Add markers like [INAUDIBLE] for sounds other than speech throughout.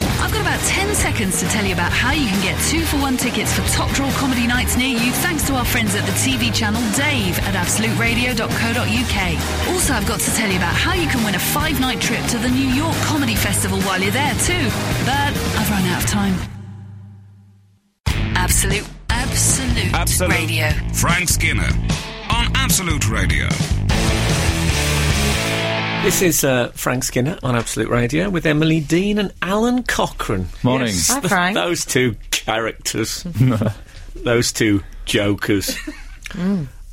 I've got about 10 seconds to tell you about how you can get two for one tickets for top draw comedy nights near you thanks to our friends at the TV channel Dave at absoluteradio.co.uk. Also, I've got to tell you about how you can win a five night trip to the New York Comedy Festival while you're there too. But I've run out of time. Absolute, absolute, Absolute. radio. Frank Skinner on Absolute Radio. This is uh, Frank Skinner on Absolute Radio with Emily Dean and Alan Cochrane. Morning. Hi, Frank. Those two characters. Those two jokers.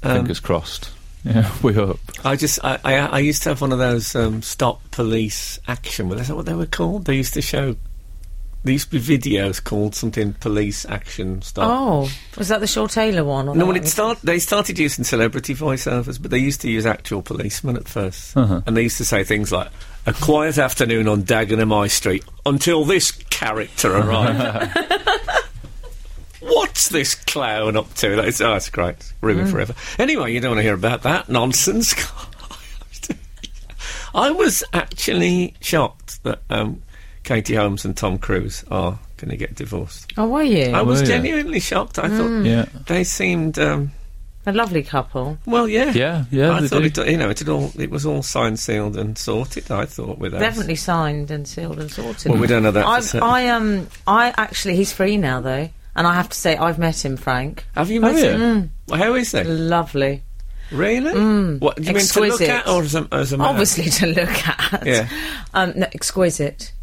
Fingers crossed. Yeah, [LAUGHS] we hope. I just, I, I, I used to have one of those um, stop police action. Was that what they were called? They used to show. There used to be videos called something police action stop. Oh, was that the Shaw Taylor one? Or No, that when it was- start, they started using celebrity voiceovers, but they used to use actual policemen at 1st Uh-huh. and they used to say things like "a quiet afternoon on Dagenham High Street" until this [LAUGHS] character arrived. What's this clown up to? That's, oh, that's great. It's Ruined Mm. forever. Anyway, you don't want to hear about that nonsense. [LAUGHS] I was actually shocked that um, Katie Holmes and Tom Cruise are going to get divorced. Oh, were Mm. you? I was yeah. genuinely shocked. I thought Yeah. they seemed. Um, A lovely couple. well, yeah, Yeah, yeah, I they thought do. it, you know, it had all it was all signed, sealed, and sorted. I thought with us. Definitely signed and sealed and sorted. Well, we don't know that for I've, certain. I um, I actually, he's free now though, and I have to say, I've met him, Frank. Have you Have met you? Mm. him? How is he? Lovely, Really? what do you mean to mm. Exquisite. look at, or as a, as a man? obviously to look at. Yeah. Uh-huh. Um, no, exquisite.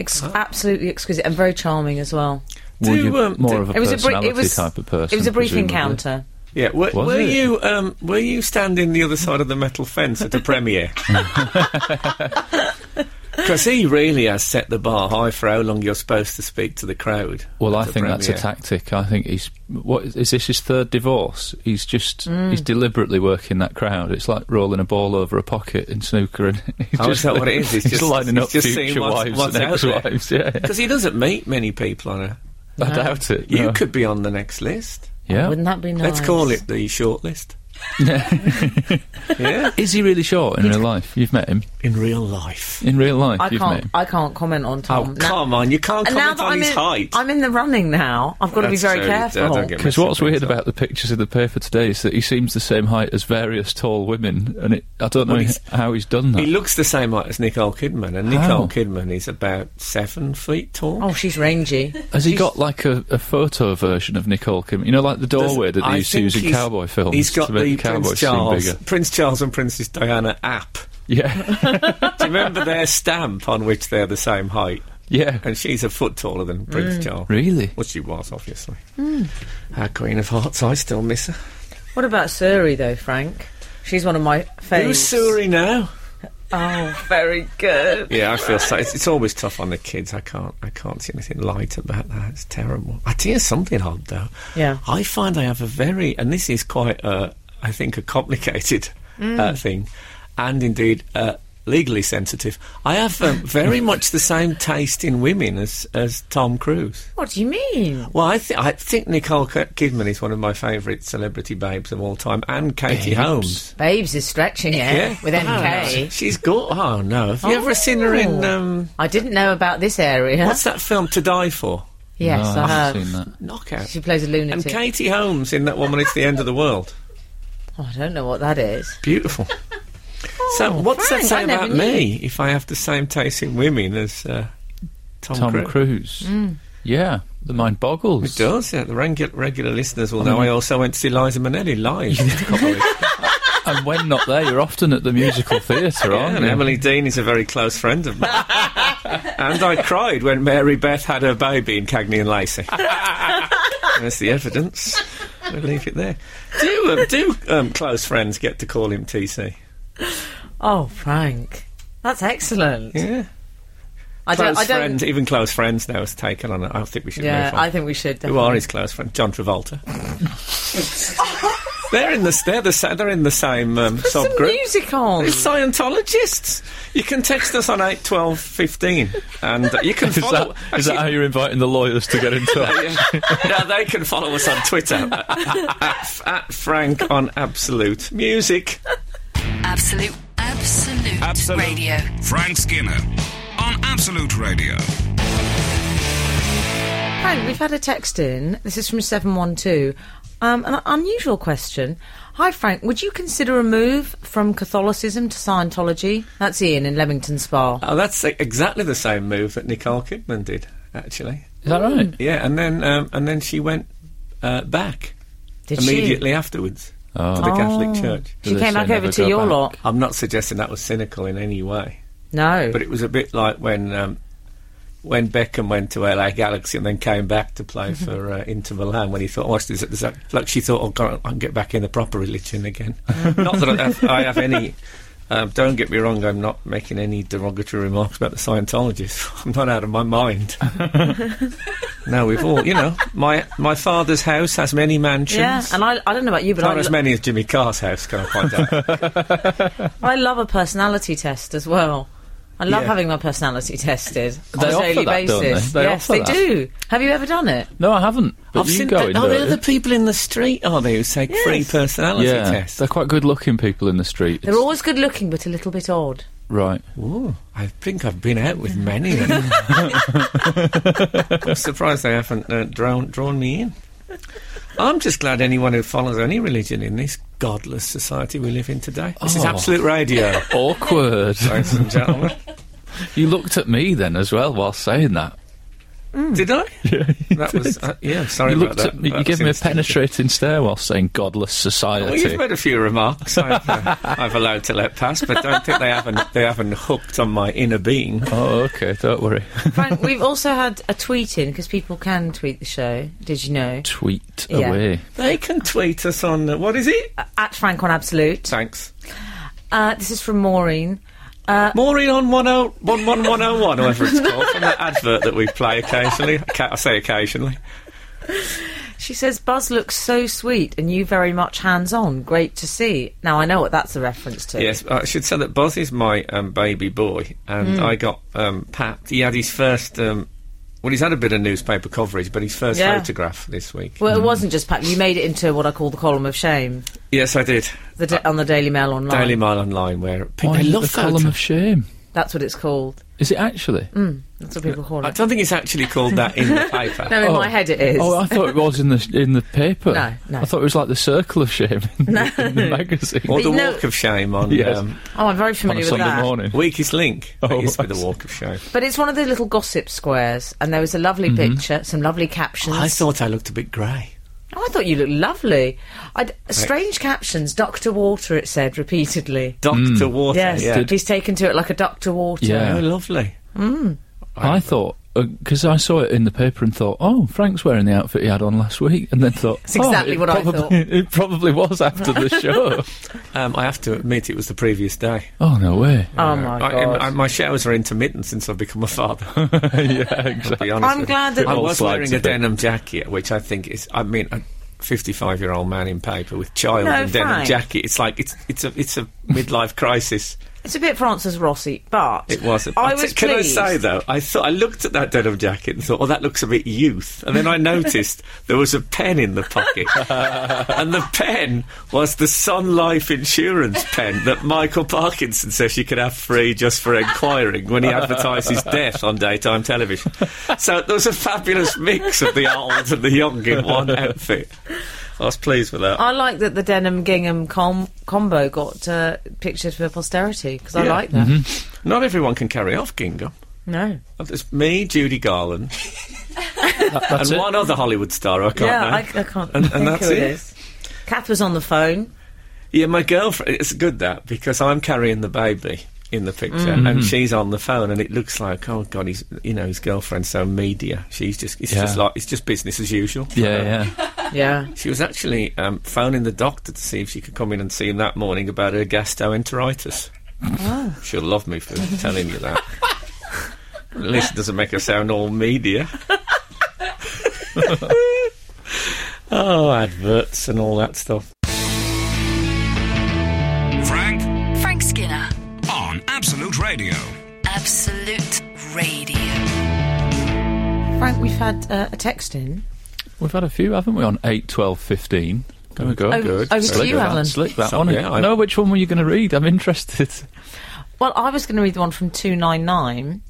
Ex- Absolutely exquisite and very charming as well. Were Do, you um, more do- of a It was a brief. personality It was type of person. It was a brief presumably? encounter. Yeah. Were, Was were it? you um, were you standing the other side of the metal fence at the [LAUGHS] premiere? [LAUGHS] Because he really has set the bar high for how long you're supposed to speak to the crowd. Well, at I the think that's a premiere. tactic. I think he's what is, is this his third divorce? He's just Mm. he's deliberately working that crowd. It's like rolling a ball over a pocket in snooker, and [LAUGHS] he's Oh, is just that what it is? He's [LAUGHS] He's, just- lining he's up just seeing future what's- wives what's and out there. ex-wives. Yeah, yeah. Because he doesn't meet many people on a. [LAUGHS] I doubt it. You no. could be on the next list. yeah. Wouldn't that be nice? Let's call it the short list. [LAUGHS] yeah. Is he really short in real life? You've met him In real life. in real life. I you've met can't. him. I can't comment on Oh, Tom. Now- come on. You can't And now comment that on I'm his in, height. I'm in the running now. I've got to be That's very true. I careful. don't get Because mixed what's up weird with that. about the pictures in the paper today is that he seems the same height as various tall women, and it, I don't know Well, he's- how he's done that. He looks the same height as Nicole Kidman, and How? Nicole Kidman is about seven feet tall. oh, she's rangy. [LAUGHS] Has he got like a, a photo version of Nicole Kim? You know, like the doorway that I they used to think use in he's- cowboy films He's got to the make the Prince cowboys Charles, seem bigger. [LAUGHS] Prince Charles and Princess Diana app. Yeah, Do you remember [LAUGHS] their stamp on which they're the same height? yeah. And she's a foot taller than Mm. Prince Charles. Really? Well, she was, obviously. Our Queen of Hearts, I still miss her. What about Suri though, Frank? She's one of my faves. Who's Suri now? [LAUGHS] Oh, very good. Yeah, I feel so. It's, it's always tough on the kids. I can't. I can't see anything light about that. It's terrible. I tell you something odd though. Yeah. I find I have a very, and this is quite, uh, I think, a complicated uh, thing, and indeed uh, legally sensitive. I have um, [LAUGHS] very much the same taste in women as as Tom Cruise. What do you mean? Well, I think I think Nicole K- Kidman is one of my favourite celebrity babes of all time, and Katie Holmes. Babes is stretching it Eh, with Oh, no. MK. she's got. Oh no! Have you ever seen her in? Oh. Um, I didn't know about this area. What's that film to die for? [LAUGHS] yes, no, Oh, I I have. haven't seen that. Knockout. She plays a and lunatic. Katie Holmes in that woman, it's the end of the world. Oh, I don't know what that is. Beautiful. so, what's Frank, that say Oh, I never about me if I have the same taste in women as uh, Tom, Tom Cruise? Cruise. Yeah, the mind It boggles. does, yeah. The regu- regular listeners will know I also went to see Liza Minnelli live. a couple of weeks ago. and when not there, you're often at [LAUGHS] the musical theatre, Yeah, aren't and you? Emily Dean is a very close friend of mine. and I cried when Mary Beth had her baby in Cagney and Lacey. There's the evidence. We'll leave it there. Do, um, do um, close friends get to call him TC? Oh, Frank. That's excellent. Yeah. I close don't. I don't. friends, even close friends now has taken on it. I think we should Yeah, move on. I think we should. Who are definitely. his close friends? John [LAUGHS] Travolta. they're in the s- they're the sa- they're in the same um, Put some subgroup. [LAUGHS] music on. It's Scientologists. You can text us on eight twelve fifteen, and uh, you can [LAUGHS] Is follow. that, is that how you're inviting the lawyers to get in [LAUGHS] touch? actually- no, they can follow us on [LAUGHS] Twitter at, at Frank on Absolute Music. Absolute, absolute, Absolute. radio. Frank Skinner on Absolute Radio. Hi, we've had a text in. This is from 712. Um, an unusual question. Hi, Frank. Would you consider a move from Catholicism to Scientology? That's Ian in Leamington Spa. Oh, that's uh, exactly the same move that Nicole Kidman did, actually. Is that right? Yeah, and then um, and then she went uh, back Did immediately afterwards to Oh. the Catholic Church. Do she? She they came say back over never to go your back? lot. I'm not suggesting that was cynical in any way, No. but it was a bit like when um, when Beckham went to LA Galaxy and then came back to play Mm-hmm. for uh, Inter Milan when he thought, "What's this?" this- Like she thought, "Oh God, I can get back in the proper religion again." Mm-hmm. not that I have, I have any. Um, don't get me wrong, I'm not making any derogatory remarks about the Scientologists. [LAUGHS] I'm not out of my [LAUGHS] mind. no, we've all, you know, my my father's house has many mansions. yeah, and I, I don't know about you, but I, Not as lo- many as Jimmy Carr's house, can I find [LAUGHS] out? I love a personality test as well. I love Yeah. having my personality [LAUGHS] tested on They a offer daily that, don't basis. they? They yes, offer they that. do. Have you ever done it? No, I haven't. But you go in oh, there. they're the people in the street, are they, who take free personality yeah, tests? they're quite good-looking people in the street. They're It's- always good looking, but a little bit odd. [LAUGHS] right. Ooh, I think I've been out with many of them. I'm surprised they haven't uh, drawn, drawn me in. I'm just glad anyone who follows any religion in this godless society we live in today. This is Oh. absolute [LAUGHS] radio, Awkward. ladies and gentlemen. you looked at me then as well while saying that. Did [LAUGHS] I? Yeah, that was uh, yeah. Sorry You about looked that. at me. That You was gave me a instinctive. penetrating stare while saying "godless society." Well, you've made a few remarks I've, uh, [LAUGHS] I've allowed to let pass, but don't think they haven't they haven't hooked on my inner being. oh, okay. Don't [LAUGHS] worry. [LAUGHS] Frank, we've also had a tweet in because people can tweet the show. Did you know? Tweet Yeah. away. They can tweet us on uh, what is it? At Frank on Absolute. Thanks. Uh, this is from Maureen. Maureen on oh, 111101, however it's called, from that advert that we play occasionally. Ca- I say occasionally. She says, Buzz looks so sweet and you very much hands on. Great to see. Now, I know what that's a reference to. Yes, uh, I should say that Buzz is my um, baby boy, and Hmm. I got um, papped. He had his first. Um, well, he's had a bit of newspaper coverage, but his first Yeah. photograph this week. Mm. Well, it wasn't just Pat. You made it into what I call the column of shame Yes, I did. the Uh, da- on the Daily Mail online. Daily Mail Online, where people Why they is it Oh, love the column photos. of shame. That's what it's called. Is it actually? That's what people call I it. don't think it's actually called that in [LAUGHS] the paper. No, in Oh. my head it is. Oh, I thought it [LAUGHS] was in the in the paper. No, no. I thought it was like the circle of shame in, [LAUGHS] the- in the magazine. Or the But no- Walk of Shame on Yes. um, Oh, I'm very on a familiar with Sunday that. morning. Weakest Link. Oh, it used to be I the see. Walk of Shame. But it's one of the little gossip squares, and there was a lovely Mm-hmm. picture, some lovely captions. I thought I looked a bit grey. Oh, I thought you looked lovely. I'd, strange captions. Doctor Water, it said repeatedly. Doctor Water. Yes, Yeah. he's taken to it like a Doctor Water. Yeah. Oh, lovely. I thought because I saw it in the paper and thought, "Oh, Frank's wearing the outfit he had on last week," and then thought, "That's exactly what I thought." [LAUGHS] It probably was after [LAUGHS] the show. Um, I have to admit, it was the previous day. oh no [LAUGHS] way! Oh my I, god. I, my showers are intermittent since I've become a father. [LAUGHS] I'll yeah, exactly. be honest I'm with glad you. that- I All was slides wearing a a bit. denim jacket, which I think is. I mean, a 55 year old man in paper with child No, and denim fine. jacket. It's like it's it's a it's a midlife crisis. It's a bit Francis Rossi, but It was. I was Can pleased. I say though? I thought I looked at that denim jacket and thought, "Oh, that looks a bit youth." And [LAUGHS] then I noticed there was a pen in the pocket, and the pen was the Sun Life insurance pen that Michael Parkinson says you could have free just for inquiring when he advertised his death on daytime television. So there was a fabulous mix of the old and the young in one outfit. I was pleased with that. I like that the denim gingham com- combo got uh, pictures for posterity because I Yeah. Mm-hmm. like that. Not everyone can carry off gingham. No, It's me, Judy Garland, That's and it. one other Hollywood star I can't yeah, name. I, I can't. And- and think who that's it it. is. Kath was on the phone. Yeah, my girlfriend. It's good that because I'm carrying the baby in the picture, Mm. and she's on the phone, and it looks like oh god, he's you know his girlfriend's so media. She's just it's Yeah. just like it's just business as usual. Yeah, yeah. Yeah, She was actually um, phoning the doctor to see if she could come in and see him that morning about her gastroenteritis. She'll love me for telling you that. At least it doesn't make her sound all [LAUGHS] media. [LAUGHS] oh, adverts and all that stuff. Frank Frank Skinner, on Absolute Radio. Absolute Radio. Frank, we've had uh, a text in. We've had a few, haven't we? On eight, twelve, fifteen. There we go. Over- Good. over to Slick you, that, Alan. Slick that So- on yeah, I- it. No, which one were you going to read? I'm interested. [LAUGHS] Well, I was going to read the one from two nine nine,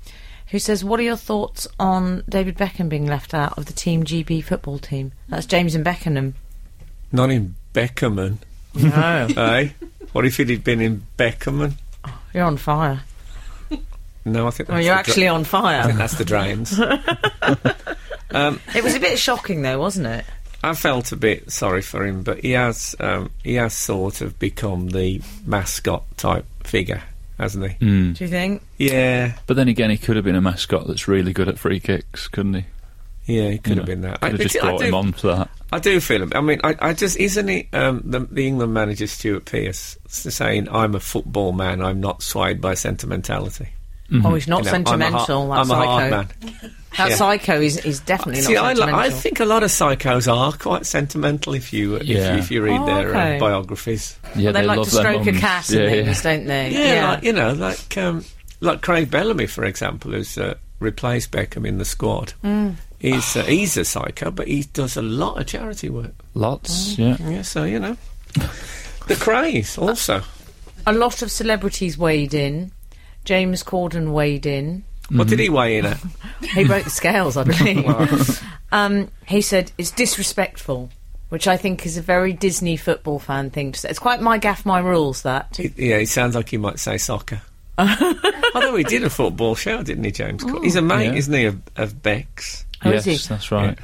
who says, "What are your thoughts on David Beckham being left out of the Team GB football team?" That's James and Beckenham. Not in Beckerman, No, [LAUGHS] eh? What if he'd have been in Beckerman? you're on fire. No, I think that's Well, Oh, you're the dra- actually on I think fire. that's the drains. [LAUGHS] it was a bit shocking, though, wasn't it? I felt a bit sorry for him, but he has um, he has sort of become the mascot type figure, hasn't he? Mm. Do you think? Yeah, But then again, he could have been a mascot that's really good at free kicks, couldn't he? yeah, he could You have know, been that. Could have I, just I brought do, him on for that. I do feel him. I mean, I, I just isn't it um, the, the England manager Stuart Pearce s- saying, "I'm a football man. I'm not swayed by sentimentality." Oh, he's not You know, I'm a har- sentimental. I'm a hard that psycho. man. That Yeah. psycho is, is definitely See, I, li- not sentimental. I think a lot of psychos are quite sentimental if you if, Yeah. you, if you read Oh, their okay. uh, biographies. Yeah, they, like love to their stroke a mums. cat Yeah, and yeah. things, don't they? Yeah, Like, you know, like um, like Craig Bellamy, for example, who's uh, replaced Beckham in the squad. Mm. He's uh, he's a psycho, but he does a lot of charity work. Lots. Yeah. Yeah, so you [LAUGHS] know, the craze also. a lot of celebrities weighed in. James Corden weighed in. What Mm-hmm. did he weigh in at? He broke the [LAUGHS] scales, I believe. um, he said it's disrespectful, which I think is a very Disney football fan thing to say. It's quite my gaff, my rules. That He- yeah, he sounds like he might say [LAUGHS] soccer. Although he did a football show, didn't he, James? Corden? He's a mate, Yeah. isn't he, of, of Beck's? Oh, is yes, he? that's right.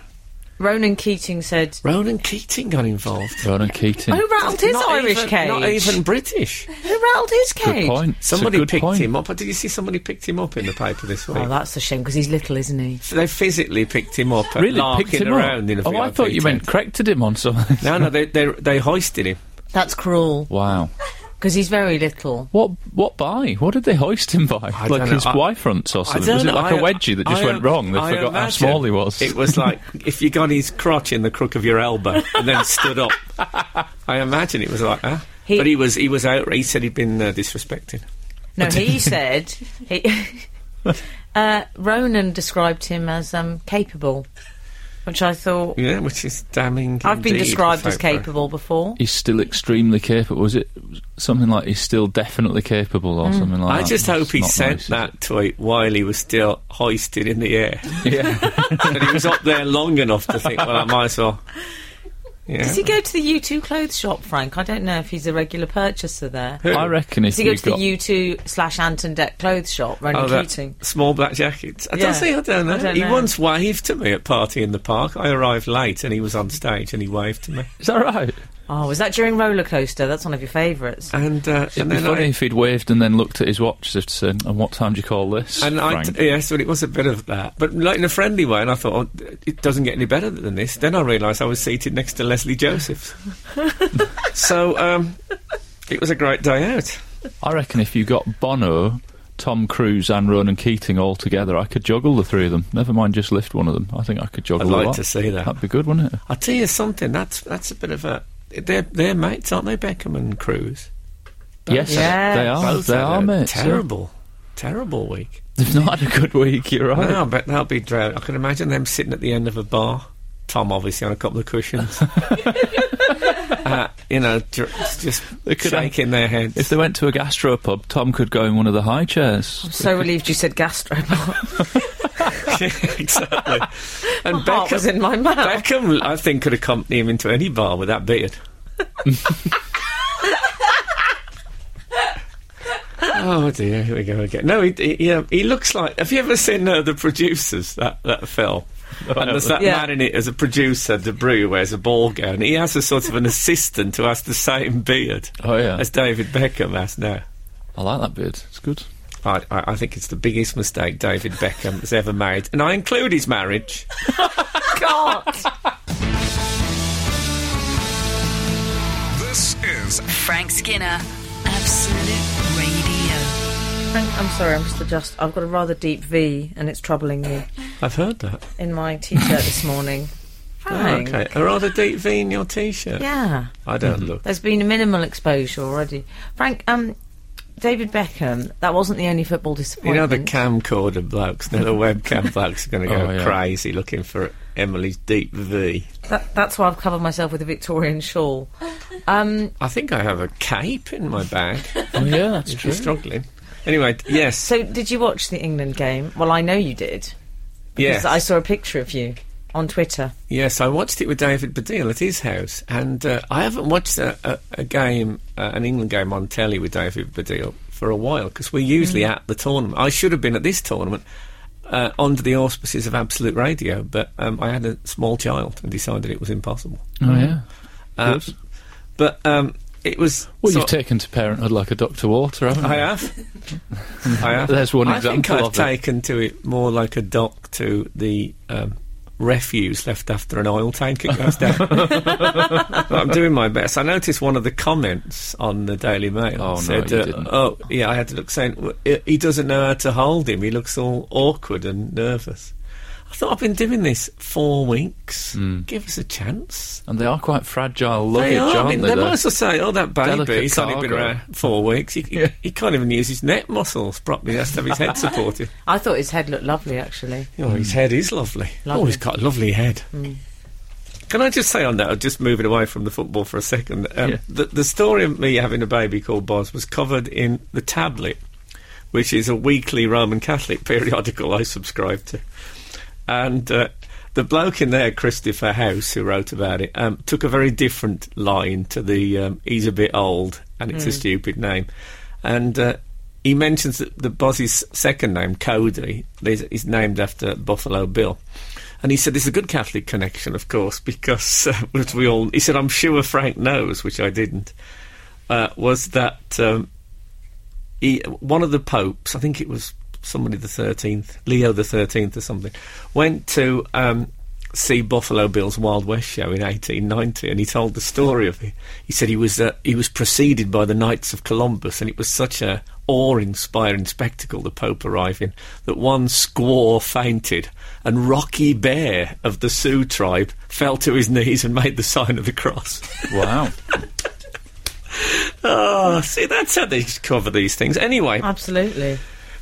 Ronan Keating said. Ronan Keating got involved. Ronan Keating. Who rattled his Hmm. Not Irish even- cage? Not even British. Who rattled his cage? Good point. It's a Somebody good picked point. him up. Did you see somebody picked him up in the paper this week? Oh, that's a shame because he's little, isn't he? they physically picked him up and Really larking picked him around up. in a oh, I VIP thought you meant tent. corrected him on something. No, no, they, they they hoisted him. That's cruel Wow. because he's very little. What what by? What did they hoist him by? I don't like know. his I- wife fronts or I something? Was don't it know. like a I- wedgie that just I- went wrong? They I forgot how imagine small he was. It was like if you got his crotch in the crook of your elbow and then stood up. [LAUGHS] I imagine it was like that. He- but he was he was out. He said he'd been uh, disrespected. No, he said he. [LAUGHS] uh, Ronan described him as um, capable, which I thought Yeah, which is damning. I've been indeed, described for as folk, right? capable before. he's still extremely capable. Was it something like he's still definitely capable Hmm. or something like that? I just hope It's he not sent nice, is that tweet while he was still hoisted in the air. it? [LAUGHS] Yeah. [LAUGHS] and he was up there long enough to think, well, I might as well. Yeah. Does he go to the U2 clothes shop, Frank? I don't know if he's a regular purchaser there. Does I reckon if he go we to the got U2 slash Anton Deck clothes shop, Ronan Oh, that Keating? small black jackets. I Yeah. don't see. I don't know. I don't he know. once waved to me at party in the park. I arrived late, and he was on stage, and he waved to me. Is that right? Oh, was that during Roller Coaster? That's one of your favourites. And uh, It'd and be then funny I, if he'd waved and then looked at his watch as if to say, and what time do you call this? and I Frank?" t- yes, well, it was a bit of that, but like in a friendly way. And I thought oh, it doesn't get any better than this. Then I realised I was seated next to Leslie [LAUGHS] Josephs. so um, it was a great day out. I reckon if you got Bono, Tom Cruise, and Ronan Keating all together, I could juggle the three of them. Never mind, just lift one of them. I think I could juggle. I'd a like lot. to see that. That'd be good, wouldn't it? I'll tell you something. That's that's a bit of a they're they're mates, aren't they? Beckham and Cruz. yes, Yeah. they are. Both Oh, they had are, a mates. yeah. Terrible, terrible week. They've not had a good week. You're right. No, I bet that'll be drought. I can imagine them sitting at the end of a bar. Tom obviously on a couple of cushions. [LAUGHS] uh, you know, dr- just They could have- shaking their heads. If they went to a gastropub, Tom could go in one of the high chairs. I'm so relieved you said gastro. [LAUGHS] exactly. [LAUGHS] And Heart was Beckham, in my mouth. Beckham, I think, could accompany him into any bar with that beard. [LAUGHS] oh dear, here we go again. No, he, he, yeah, he looks like. Have you ever seen uh, the producers that that film? and there's that Yeah. man in it as a producer, De Brew, wears a ball gown. He has a sort of an assistant who has the same beard Oh yeah, as David Beckham has now. I like that beard. It's good. I, I I think it's the biggest mistake David Beckham has ever made, and I include his marriage. God. This is Frank Skinner, Absolute Radio. Frank, I'm sorry, I'm just adjust. I've got a rather deep V and it's troubling me I've heard that. Ah, in my t shirt this morning. Frank. Oh, okay, a rather deep V in your T-shirt. Yeah. I don't look. There's been a minimal exposure already. Frank, um, David Beckham, that wasn't the only football You disappointment. know the camcorder blokes, now the [LAUGHS] webcam blokes are going to go Oh, yeah. crazy looking for Emily's deep V. that, that's why I've covered myself with a Victorian shawl. Um, I think I have a cape in my bag. [LAUGHS] Oh yeah, that's if you're struggling. Anyway, yes. So, did you watch the England game? Well, I know you did. yes. Because I saw a picture of you on Twitter. Yes, I watched it with David Baddiel at his house, and uh, I haven't watched a, a, a game, uh, an England game on telly with David Baddiel for a while because we're usually Mm. at the tournament. I should have been at this tournament uh, under the auspices of Absolute Radio, but um, I had a small child and decided it was impossible. Oh yeah. Uh, Good. but um, it was. Well, so- you've taken to parenthood like a Dr. Water, haven't you? I have. I have. There's one I example think I've of it. taken to it more like a dock to the um, refuse left after an oil tanker goes [LAUGHS] down. I'm doing my best. I noticed one of the comments on the Daily Mail Oh, no, said, you uh, didn't. "Oh, yeah, I had to look saying "Well, he- he doesn't know how to hold him. He looks all awkward and nervous." I thought I've been doing this four weeks. Mm. Give us a chance. And they are quite fragile luggage, They are. I aren't mean, they? they though? might as well say, "Oh, that Delicate baby, he's only been cargo. around four weeks. He, he- Yeah. he can't even use his neck muscles properly. He has to have his [LAUGHS] head supported. I thought his head looked lovely, actually. Oh, his head is lovely. Oh, Lovely. he's got a lovely head." Mm. Can I just say on that, just moving away from the football for a second, um, Yeah. the, the story of me having a baby called Boz was covered in The Tablet, which is a weekly Roman Catholic [LAUGHS] periodical I subscribe to. And uh, the bloke in there, Christopher House, who wrote about it, um, took a very different line to the um, he's a bit old and it's a stupid name. And uh, he mentions that the boss's second name, Cody, is, is named after Buffalo Bill. And he said, "There's a good Catholic connection, of course, [LAUGHS] because uh, which we all." He said, "I'm sure Frank knows," which I didn't. Uh, was that um, he, one of the popes, I think it was somebody the 13th, Leo the 13th or something, went to um, see Buffalo Bill's Wild West show in 1890 and he told the story of it. He said he was, uh, he was preceded by the Knights of Columbus and it was such a awe-inspiring spectacle, the Pope arriving, that one squaw fainted and Rocky Bear of the Sioux tribe fell to his knees and made the sign of the cross. [LAUGHS] Wow. oh, see, that's how they cover these things. Anyway, Absolutely.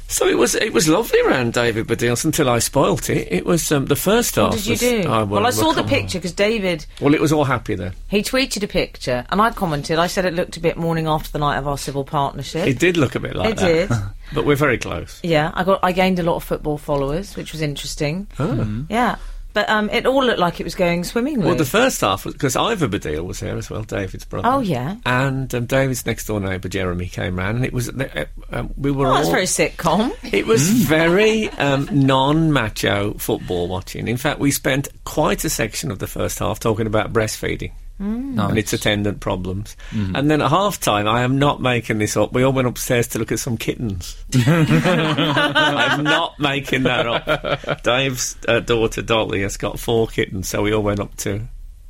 So it was it was lovely round David Baddiel's until I spoilt it. It was um, the first half. What did you was- do? Oh, well, well, I well, saw the come on. picture because David Well, it was all happy then. he tweeted a picture, and I commented. I said it looked a bit morning after the night of our civil partnership. It did look a bit like It that. did. [LAUGHS] but we're very close. Yeah, I got I gained a lot of football followers, which was interesting. Oh. Mm-hmm. Yeah, but um, it all looked like it was going swimmingly. Well, the first half was because Ivor Baddiel was here as well, David's brother. Oh, yeah. and um, David's next door neighbour Jeremy came round, and it was uh, um, we were oh, all that's very Hmm. sitcom. It was very um, non-macho football watching. In fact, we spent quite a section of the first half talking about breastfeeding and its attendant problems. Mm-hmm. And then at half time, I am not making this up. We all went upstairs to look at some [LAUGHS] kittens. I'm not making that up. Dave's uh, daughter Dolly has got four kittens, so we all went up to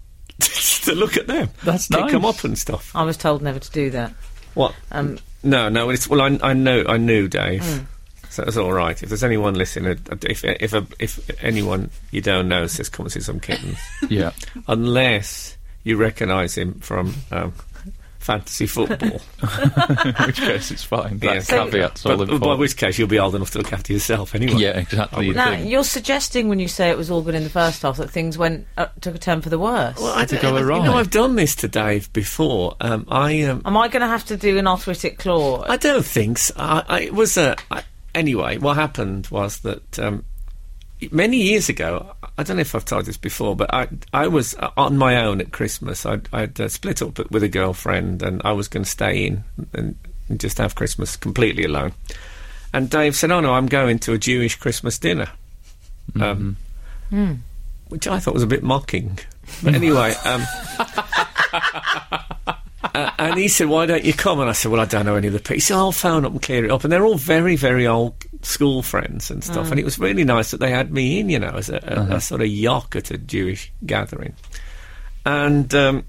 [LAUGHS] to look at them. That's pick them nice. up and stuff. I was told never to do that. What? Um, No, no. It's, well, I, I know, I knew Dave, so it's all right. If there's anyone listening, if if if, if anyone you don't know says come and see some kittens, Yeah. unless you recognise him from um, fantasy [LAUGHS] football, In which case, it's fine. That Yes. So- caveat's all but, in by for. which case you'll be old enough to look after yourself anyway. Yeah, exactly. you'd Now think. you're suggesting when you say it was all good in the first half that things went uh, took a turn for the worse. Well, I Did it don't- go I- You awry? know, I've done this to Dave before. Um, I um, Am I going to have to do an arthritic claw? I don't think so. I, I, it was a. I, anyway, what happened was that um, many years ago, I- I don't know if I've told this before, but I I was uh, on my own at Christmas. I'd, I'd uh, split up with a girlfriend and I was going to stay in and, and just have Christmas completely alone. And Dave said, Oh no, I'm going to a Jewish Christmas dinner. Um, Which I thought was a bit mocking. But [LAUGHS] anyway. Um, uh, and he said, "Why don't you come?" And I said, "Well, I don't know any of the people." He said, "I'll phone up and clear it up." And they're all very, very old school friends and stuff. Mm. And it was really nice that they had me in, you know, as a, a, Uh-huh. a sort of yock at a Jewish gathering. And um,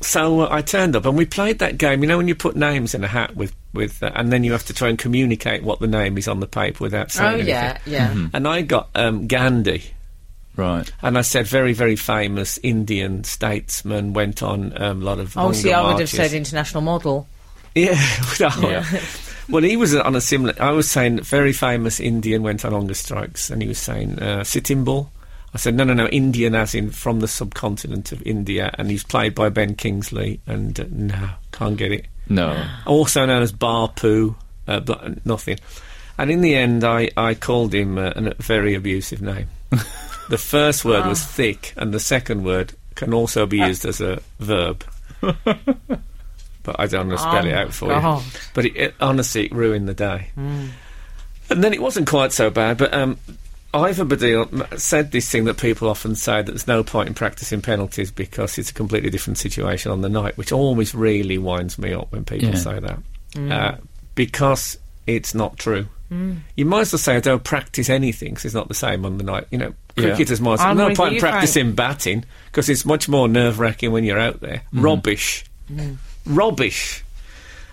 so uh, I turned up, and we played that game. You know, when you put names in a hat with with, uh, and then you have to try and communicate what the name is on the paper without saying oh anything. Mm-hmm. yeah, yeah. And I got um, Gandhi. Right. And I said, very, very famous Indian statesman went on um, a lot of. Oh, hunger see, I would have marches. said international model. [LAUGHS] Yeah. well, Yeah. [LAUGHS] well, he was on a similar. I was saying very famous Indian went on hunger strikes, and he was saying uh, Sitting Bull. I said no, no, no, Indian as in from the subcontinent of India, and he's played by Ben Kingsley. And uh, no, can't get it. No. Also known as Barpu. uh, but nothing. And in the end, I, I called him uh, an- a very abusive name. the first word was thick, and the second word can also be used as a verb. but I don't want to spell Oh, it out for God. you. But it, it honestly it ruined the day. And then it wasn't quite so bad, but um, Ivor Badil m- said this thing that people often say that there's no point in practicing penalties because it's a completely different situation on the night, which always really winds me up when people Yeah. say that. Mm. Uh, because it's not true. You might as well say, I don't practice anything because it's not the same on the night. You know, Yeah. cricketers might say, I'm no with point in you, Frank. practicing batting because it's much more nerve wracking when you're out there. Mm. Rubbish. Mm. Rubbish.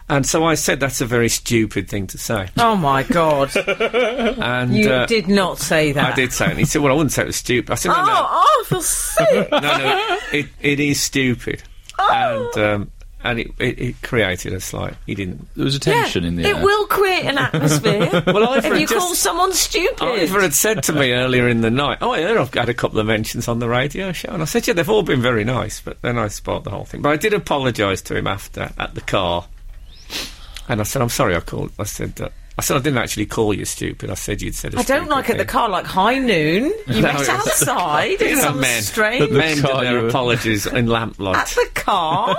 And so I said that's a very stupid thing to say. Oh [LAUGHS] my god! And You uh, did not say that. I did say it. And he said, "Well, I wouldn't say it was stupid." I said, Oh, "No, no, oh, Oh. I [LAUGHS] feel sick. no, no it, it is stupid." And um, and it, it, it created a slight. He didn't. There was a tension in the it air. will create an atmosphere. [LAUGHS] Well, if Ivor you had call just. someone stupid, Ivor had said to me earlier in the night, "Oh, I heard I've had a couple of mentions on the radio show," and I said, "Yeah, they've all been very nice." But then I spoiled the whole thing. But I did apologise to him after at the car, and I said, "I'm sorry, I called." I said that. I said I didn't actually call you stupid. I said you'd said. I I don't like at the car like [LAUGHS] high noon. You No, met it's- outside in [LAUGHS] It's a some man. strange Men did car, you their were- apologies [LAUGHS] in at lamplight. the [LAUGHS] car.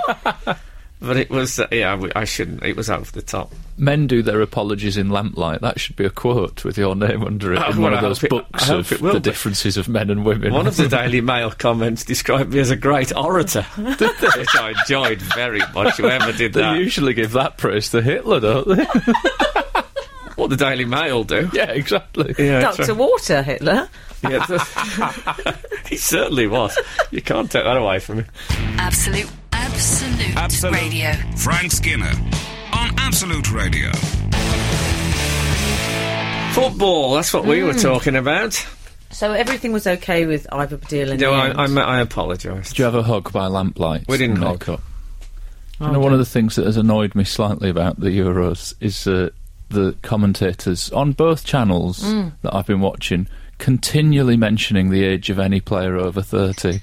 But it was, uh, yeah, we- I shouldn't. It was over the top. Men do their apologies in lamplight. That should be a quote with your name under it Oh, in well, one I of those hope it- I books hope of it will the be. differences of men and women. One of [LAUGHS] the Daily Mail comments described me as a great orator, which I enjoyed very much. Whoever did they that, usually give that praise to Hitler, don't [LAUGHS] they? what the Daily Mail do? yeah, exactly. Yeah, it's Dr. Water, Hitler. a- yeah, it's a- he certainly was. You can't take that away from him. Absolute, absolute, Absolute. radio. Frank Skinner on Absolute Radio. Football. That's what we were talking about. So everything was okay with Ivor Badil in No, the I, end. I'm- uh, I apologise. Do you have a hug by lamplight? We didn't in hug. makeup? Oh, You know, one of the things that has annoyed me slightly about the Euros is uh, the commentators on both channels Mm. that I've been watching continually mentioning the age of any player over 30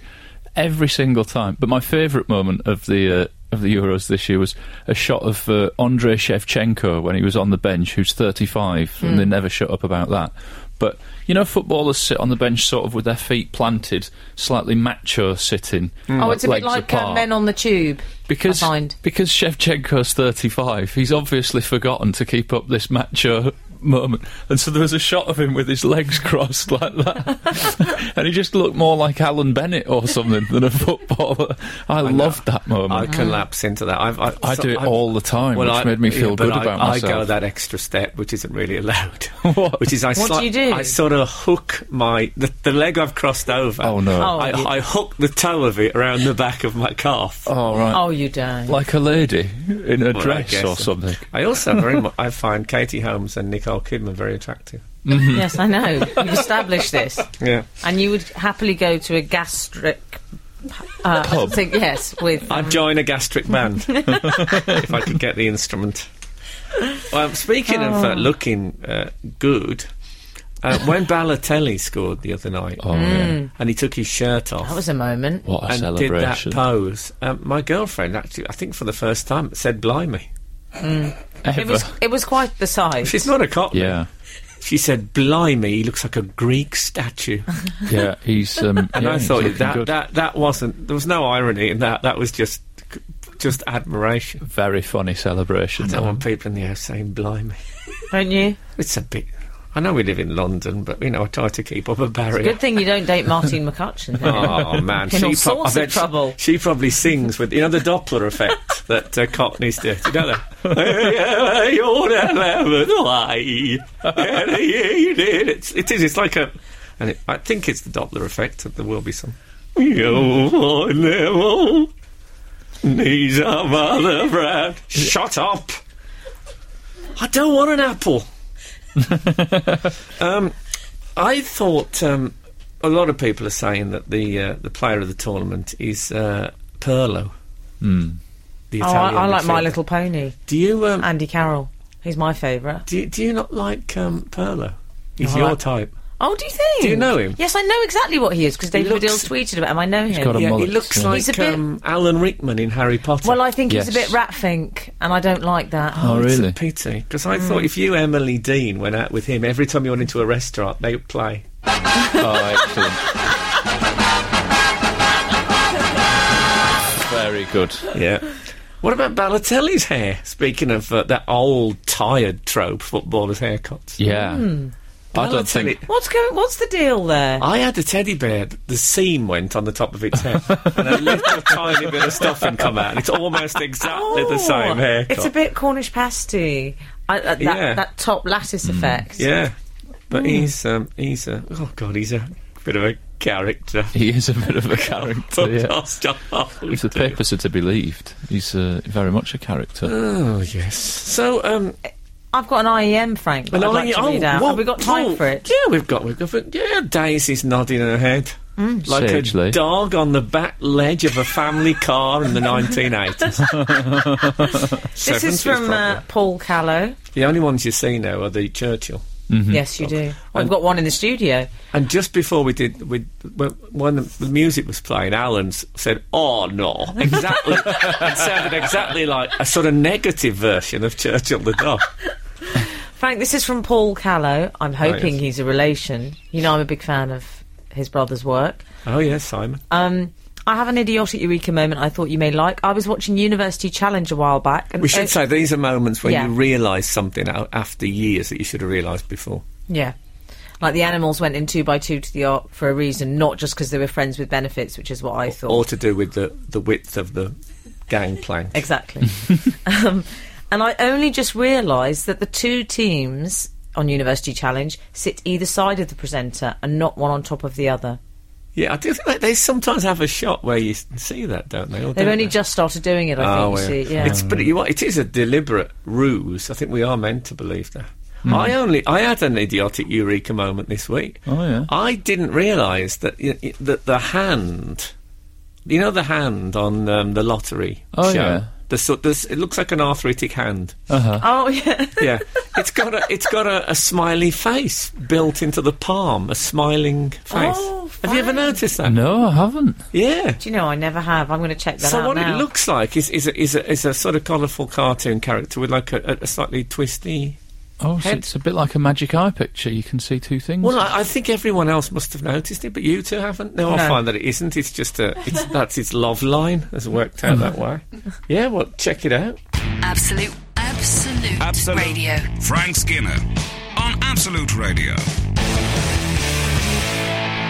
every single time. But my favourite moment of the uh, of the Euros this year was a shot of uh, Andrei Shevchenko when he was on the bench, who's 35, and Mm. they never shut up about that. But you know, footballers sit on the bench sort of with their feet planted, slightly macho sitting. Oh, it's a bit legs like uh, apart. men on the tube. Because I find. because Shevchenko's 35, he's obviously forgotten to keep up this macho moment. And so there was a shot of him with his legs [LAUGHS] crossed like that. [LAUGHS] and he just looked more like Alan Bennett or something than a footballer. I, loved that I moment. collapse into that. I've, I've, Mm. I do it all the time, which made me feel but good I- about I go myself. that extra step, which isn't really [LAUGHS] allowed. What? Which is I What do sli- you do? I sort of hook my the, the leg I've crossed over. Oh, no. Oh, I, you- I hook the toe of it around the back of my calf. oh, right. Oh, you don't. [LAUGHS] Like a lady in a Well, I dress guess or so. something. I also very much I find Katie Holmes and Nicole Kidman very attractive. yes, I know. You've established this. Yeah, And you would happily go to a gastric. Uh, Pub. thing- yes, with. I'd join a gastric [LAUGHS] band if I could get the instrument. Well, speaking of Oh. uh, looking uh, good. Uh, when Balotelli scored the other night, Mm. Oh, yeah. and he took his shirt off, that was a moment. What a and did that celebration. pose. Um, my girlfriend actually, I think for the first time, said "blimey." It Ever. was, it was quite the size. She's not a cockney. Yeah. She said "blimey." He looks like a Greek [LAUGHS] statue, Yeah, he's. Um, [LAUGHS] and yeah, I he's thought looking that good. that that wasn't. There was no irony in that. That was just just admiration. Very funny celebration. I don't though. want people in the house saying "blimey." don't you? It's a bit. I know we live in London, but you know I try to keep up a barrier. Good thing you don't date Martin [LAUGHS] McCutcheon. then. Oh man, [LAUGHS] In all prob- I sorts of bet she- trouble. She, probably sings with you know the Doppler [LAUGHS] effect that uh, Cockneys do. You know that. You're an eleventh lie. You did it. It is. It's like a, and it, I think it's the Doppler effect. There will be some. You're an eleventh. Needs a mother brand. Shut up. I don't want an [LAUGHS] apple. um, I thought um, a lot of people are saying that the uh, the player of the tournament is uh, Perlo. Hmm. The Oh, I, Italian I like My midfielder. Little Pony. Do you um, Andy Carroll. He's my favourite. do you, do you not like um, Perlo? He's No, I your like- type. Oh, do you think? Do you know him? Yes, I know exactly what he is because David looks- Baddiel tweeted about him. I know him. got a Yeah, he mullet, looks yeah. like He's a bit- um, Alan Rickman in Harry Potter. Well, I think he's a Yes. bit ratfink, and I don't like that. Oh, really? pity because Hmm. I thought if you Emily Dean went out with him every time you went into a restaurant they would play. Oh, excellent. Very good. Yeah. What about Balotelli's hair? Speaking of uh, that old tired trope, footballers' haircuts. Yeah. I don't think. Balotelli- What's going? What's the deal there? I had a teddy bear. th- The seam went on the top of its head, [LAUGHS] and a little tiny bit of stuffing come out. It's almost exactly Ah, Oh, the same hair. Oh, It's a bit Cornish pasty. I, uh, that, Yeah. Mm. that top lattice effect. Yeah, but Hmm. he's um, he's a oh god, he's a bit of a character. He is a bit of a [LAUGHS] [LAUGHS] character. yeah. If the yeah. papers are to be believed, he's uh, very much a character. Oh yes. So um, I've got an IEM, Frank. That I'd and like to I- read out. what- Have we got time oh, for it? Yeah, we've got we've got for- yeah. Daisy's nodding her head. Mm. like a Sagely. dog on the back ledge of a family car [LAUGHS] in the 1980s. This is from uh, Paul Callow. The only ones you see now are the Churchill. Yes, you do. I've got one in the studio. And just before we did, we, when- when the music was playing, Alan s- said, "Oh no!" [LAUGHS] Exactly, it sounded exactly like a sort of negative version of Churchill the dog. Frank, this is from Paul Callow. I'm hoping Oh, yes. he's a relation. You know, I'm a big fan of his brother's work. Oh yes, Simon. Um, I have an idiotic eureka moment I thought you may like. I was watching University Challenge a while back. And We should uh, say these are moments when yeah. you realise something out after years that you should have realised before. Yeah. Like the animals went in two by two to the ark for a reason, not just because they were friends with benefits, which is what I thought. All to do with the, the width of the gangplank. Exactly. [LAUGHS] um, and I only just realised that the two teams on University Challenge sit either side of the presenter and not one on top of the other. yeah, I do think that they sometimes have a shot where you s- see that, don't they? Or They've don't only they? just started doing it, I Oh, think. yeah. You see, yeah. It's, but you, are- it is a deliberate ruse. I think we are meant to believe that. Hmm. I only I had an idiotic eureka moment this week. Oh, yeah. I didn't realise that y- y- that the hand, you know, the hand on um, the lottery Oh, show. yeah. The sort, this, it looks like an arthritic hand. oh, yeah. [LAUGHS] yeah, it's got a it's got a, a smiley face built into the palm, a smiling face. Oh, Have you ever fine. noticed that? No, I haven't. Yeah. Do you know, I never have. I'm going to check that So out what now. it looks like is is a, is a, is a sort of colourful cartoon character with like a, a- a slightly twisty. Oh, so Head- it's a bit like a magic eye picture. You can see two things. Well, I, I think everyone else must have noticed it, but you two haven't. No, I No. find that it isn't. It's just a it's, that's its love line has worked out that way. Yeah, well, check it out. Absolute, absolute, Absolute. radio. Frank Skinner on Absolute Radio.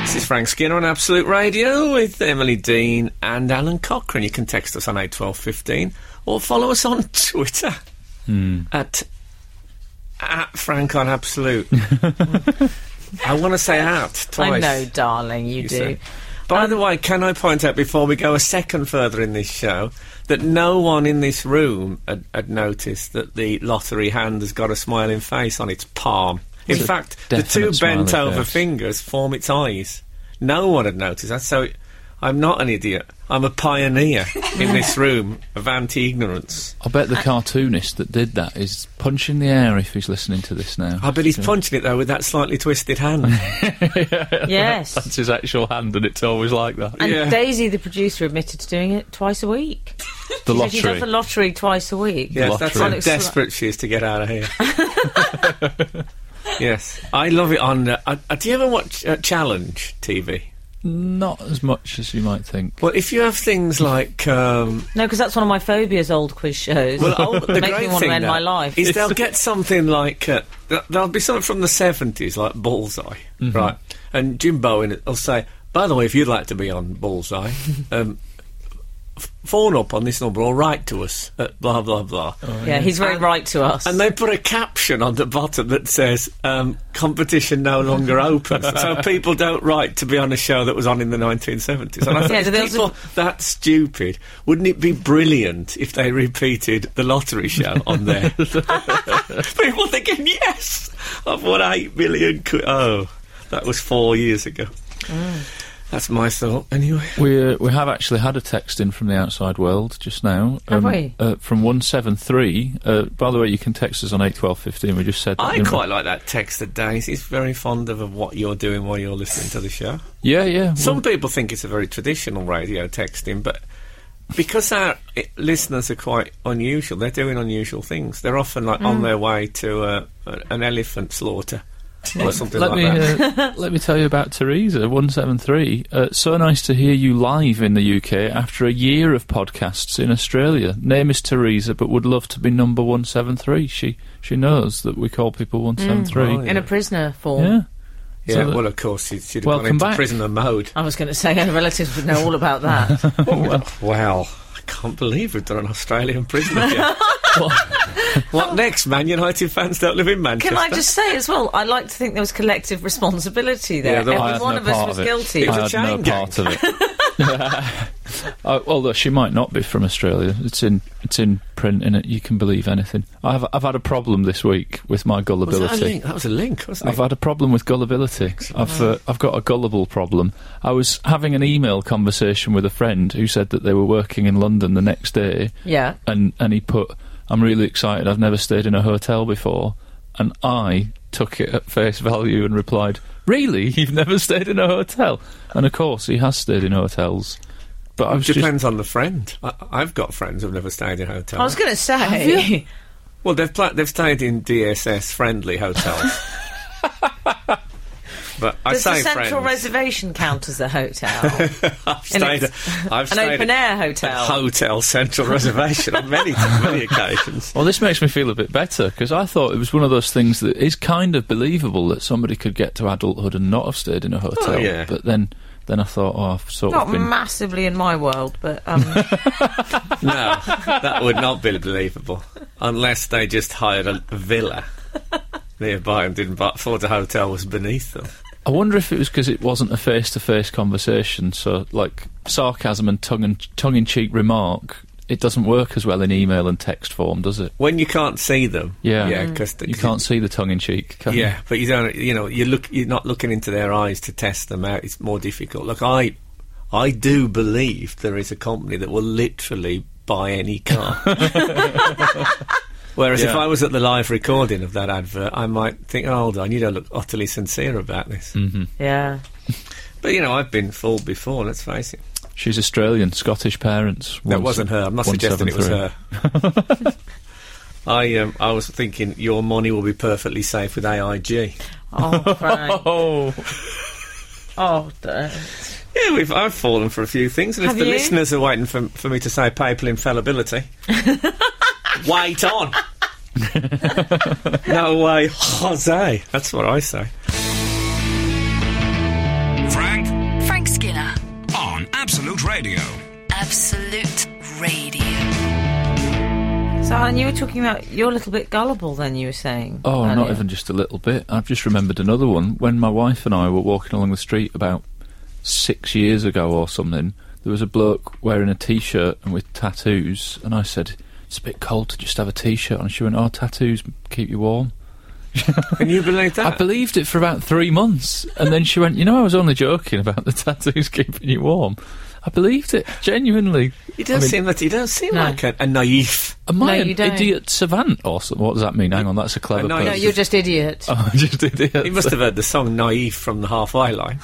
This is Frank Skinner on Absolute Radio with Emily Dean and Alan Cochrane. You can text us on eight twelve fifteen or follow us on [LAUGHS] Twitter at at Frank on Absolute. I want to say at twice. I know, darling, you, you do. said. [LAUGHS] By the way, can I point out before we go a second further in this show that no one in this room had, had noticed that the lottery hand has got a smiling face on its palm. In It's a fact, the two definite smiling bent over face. fingers form its eyes. No one had noticed that, so I'm not an idiot. I'm a pioneer in this room of anti ignorance. I bet the cartoonist that did that is punching the air if he's listening to this now. I bet he's punching it though with that slightly twisted hand. Yes. That's his actual hand, and it's always like that. And Yeah. Daisy, the producer, admitted to doing it twice a week. The She said She does the lottery. lottery twice a week. Yes, that's Lottery. how Looks like- desperate she is to get out of [LAUGHS] here. yes, I love it on. Uh, uh, uh, do you ever watch uh, Challenge TV? Not as much as you might think. Well, if you have things like, um, No, because that's one of my phobias, old quiz shows. well, [LAUGHS] oh, the Makes great me want thing to end though, my life. is they'll get something like uh, th- there'll be something from the seventies like Bullseye, Mm-hmm. right? And Jim Bowen will say, "By the way, if you'd like to be on [LAUGHS] Bullseye, um, f- phone up on this number or write to us at blah blah blah." [LAUGHS] yeah, he's very right to us. And they put a caption on the bottom that says, um, competition no longer [LAUGHS] open. so people don't write to be on a show that was on in the 1970s. [LAUGHS] And I think Yeah, do they if people also- that stupid, wouldn't it be brilliant if they repeated the lottery show on [LAUGHS] there? people thinking, yes, I've won 8 million. Qu- oh, that was four years ago. That's my thought, anyway. We uh, we have actually had a text in from the outside world just now. Have we? Uh, from one seven three. Uh, by the way, you can text us on eight twelve fifteen. We just said. That, I didn't we? quite like that text of Days. He's very fond of, of what you're doing while you're listening to the show. Yeah, yeah. Some people think it's a very traditional radio texting, but because our i listeners are quite unusual, they're doing unusual things. They're often like Mm. on their way to uh, a- an elephant slaughter or something Let like me that. uh, [LAUGHS] let me tell you about Teresa one seven three. Uh, so nice to hear you live in the UK after a year of podcasts in Australia. Name is Teresa, but would love to be number one seven three. She she knows that we call people one seven Oh, three. in a prisoner form. Yeah, yeah, so that- well, of course, she'd, she'd have Welcome gone into back. prisoner [LAUGHS] mode. I was going to say our relatives would know all [LAUGHS] about that. Oh, Wow. I can't believe we've done an Australian prisoner. [LAUGHS] yet. what next, Man United fans don't live in Manchester? Can I just say as well? I like to think there was collective responsibility there. Yeah, there Every was. one I had of no us part was of it. guilty. It was I a had no chain part of [LAUGHS] it. [LAUGHS] uh, although she might not be from Australia, it's in it's in print, and you can believe anything. I've I've had a problem this week with my was gullibility. that, a link? that was a link, wasn't I've it? had a problem with gullibility. I've uh, I've got a gullible problem. I was having an email conversation with a friend who said that they were working in London the next day, Yeah. and and he put, "I'm really excited. I've never stayed in a hotel before," and I took it at face value and replied, "Really? [LAUGHS] You've never stayed in a hotel?" And of course, he has stayed in hotels, but I was just Depends on the friend. I, I've got friends who've never stayed in hotels. I was going to say. Well, they've pla- they've stayed in DSS friendly [LAUGHS] hotels. but I There's a say central friends. reservation counters [LAUGHS] at hotel. I've and stayed. I've an stayed open air hotel. at Hotel Central Reservation on many [LAUGHS] many occasions. Well, this makes me feel a bit better because I thought it was one of those things that is kind of believable that somebody could get to adulthood and not have stayed in a hotel. Oh, yeah. But then, then I thought, oh, I've sort Not of been. massively in my world, but um, [LAUGHS] No, that would not be believable unless they just hired a villa nearby and didn't bu- afford the hotel was beneath them. I wonder if it was because it wasn't a face-to-face conversation, so like sarcasm and tongue and tongue in cheek remark. It doesn't work as well in email and text form, does it? When you can't see them, Yeah. Mm. yeah, because You can't see the tongue in cheek. [LAUGHS] Can you? Yeah, but you don't. You know, you look. You're not looking into their eyes to test them out. It's more difficult. Look, I, I do believe there is a company that will literally buy any car. [LAUGHS] Whereas if Yeah. I was at the live recording of that advert, I might think, oh, "Hold on, you don't look utterly sincere about this." Mm. yeah. But you know, I've been fooled before. Let's face it. She's Australian, Scottish parents. That One- wasn't her. I'm not one suggesting it was seven her. [LAUGHS] I um, I was thinking your money will be perfectly safe with AIG. [LAUGHS] Oh, Frank. three. Oh, oh, d- Yeah, we've, I've fallen for a few things, and Have if the you? listeners are waiting for, for me to say papal [LAUGHS] infallibility, wait on. no way, Jose. That's what I say. Frank Frank Skinner, on Absolute Radio. Absolute Radio. so Alan, you were talking about you're a little bit gullible. Then you were saying. Oh, not earlier. even just a little bit. I've just remembered another one. When my wife and I were walking along the street about six years ago or something, there was a bloke wearing a t shirt and with tattoos, and I said, It's a bit cold to just have a t shirt on. She went, Oh, tattoos keep you [LAUGHS] warm. Can you believe that? I believed it for about three months, and then she went, You know, I was only joking about the [LAUGHS] tattoos keeping you warm. I believed it, genuinely. you don't I mean- seem that. You don't seem No. like a, a naive. Am I No, you an don't. Uh, idiot savant or something? What does that mean? Hang on, that's a clever know person. No, you're just idiot. [LAUGHS] I'm [LAUGHS] just idiot. [LAUGHS] You must have heard the song "Naive" from the halfway line.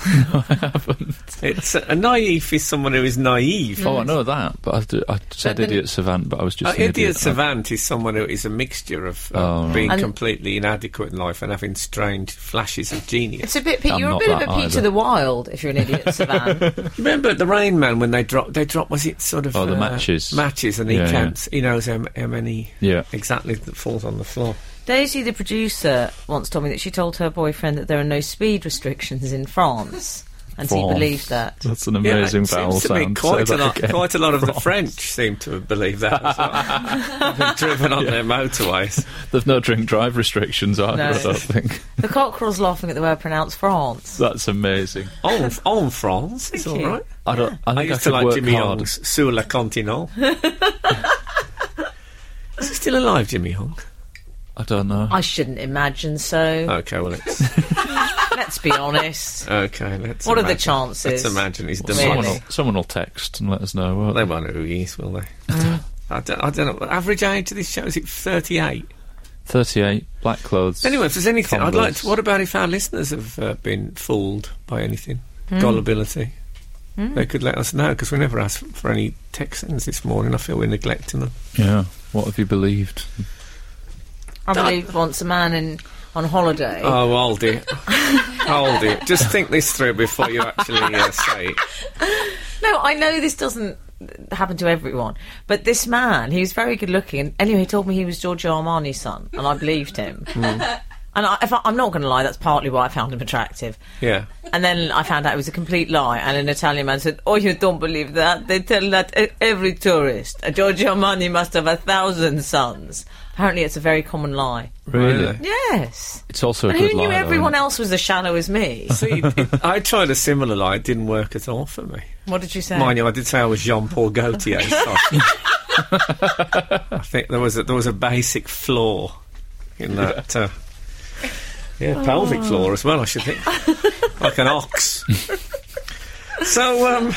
It's a, a naive is someone who is naive. Oh, I know that, but I, do, I said the- idiot savant, but I was just An an Oh, idiot idiot. savant is someone who is a mixture of uh, Oh, right. being And- completely inadequate in life and having strange flashes of genius. It's a bit. Pe- I'm you're a not bit of that a Peter either. the Wild if you're an [LAUGHS] idiot, Savan. Remember the Rain Man when they dropped? They dropped. Was it sort of uh, Oh, the matches. matches, and he Yeah, yeah. counts. He knows how, how many Yeah. exactly that falls on the floor. Daisy, the producer, once told me that she told her boyfriend that there are no speed restrictions in France, and he France. believed that. That's an amazing it vowel seems to me sound. quite Say a that lot. again. Quite a lot of the French seem to believe that. As well. [LAUGHS] Having driven on their motorways. [LAUGHS] There's no drink drive restrictions either. No. I don't think The cockerel's laughing at the way I pronounce France. that's amazing. En, en France, it's Thank all you. right. I don't. I I think I, used to could like work Jimmy hard. Hong's Sur le [LAUGHS] Continent. Is he still alive, Jimmy Hong? I don't know. I shouldn't imagine so. Okay, well, it's. Let's be honest. Okay, let's. What are the imagine- chances? Let's imagine he's Well, Someone demonic. will, someone will text and let us know. Won't They they? won't know who he is, will they? I don't, I don't know. Average age of this show is it 38? 38, black clothes. Anyway, if there's anything, I'd like Converse. to. What about if our listeners have uh, been fooled by anything? Gullibility. They could let us know because we never asked for any text sends this morning. I feel we're neglecting them. Yeah. What have you believed? I believe once a man in on holiday. Oh, hold it. [LAUGHS] hold it. Just think this through before you actually uh, say it. No, I know this doesn't happen to everyone, but this man, he was very good looking. And anyway, he told me he was Giorgio Armani's son, and I believed him. [LAUGHS] Hmm. And I, if I, I'm not going to lie, that's partly why I found him attractive. Yeah. And then I found out it was a complete lie. And an Italian man said, "Oh, you don't believe that? They tell that e- every tourist. A Giorgio Armani must have a thousand sons." Apparently, it's a very common lie. Really? Yes. It's also a But good who knew lie, though, everyone isn't else was as shallow [LAUGHS] as me? [LAUGHS] See, it, I tried a similar lie. It didn't work at all for me. What did you say? Mind you, I did say I was Jean Paul Gaultier. [LAUGHS] Sorry. I think there was a, there was a basic flaw in that. Uh, yeah, Oh. pelvic floor as well. I should think, like an ox. so, um,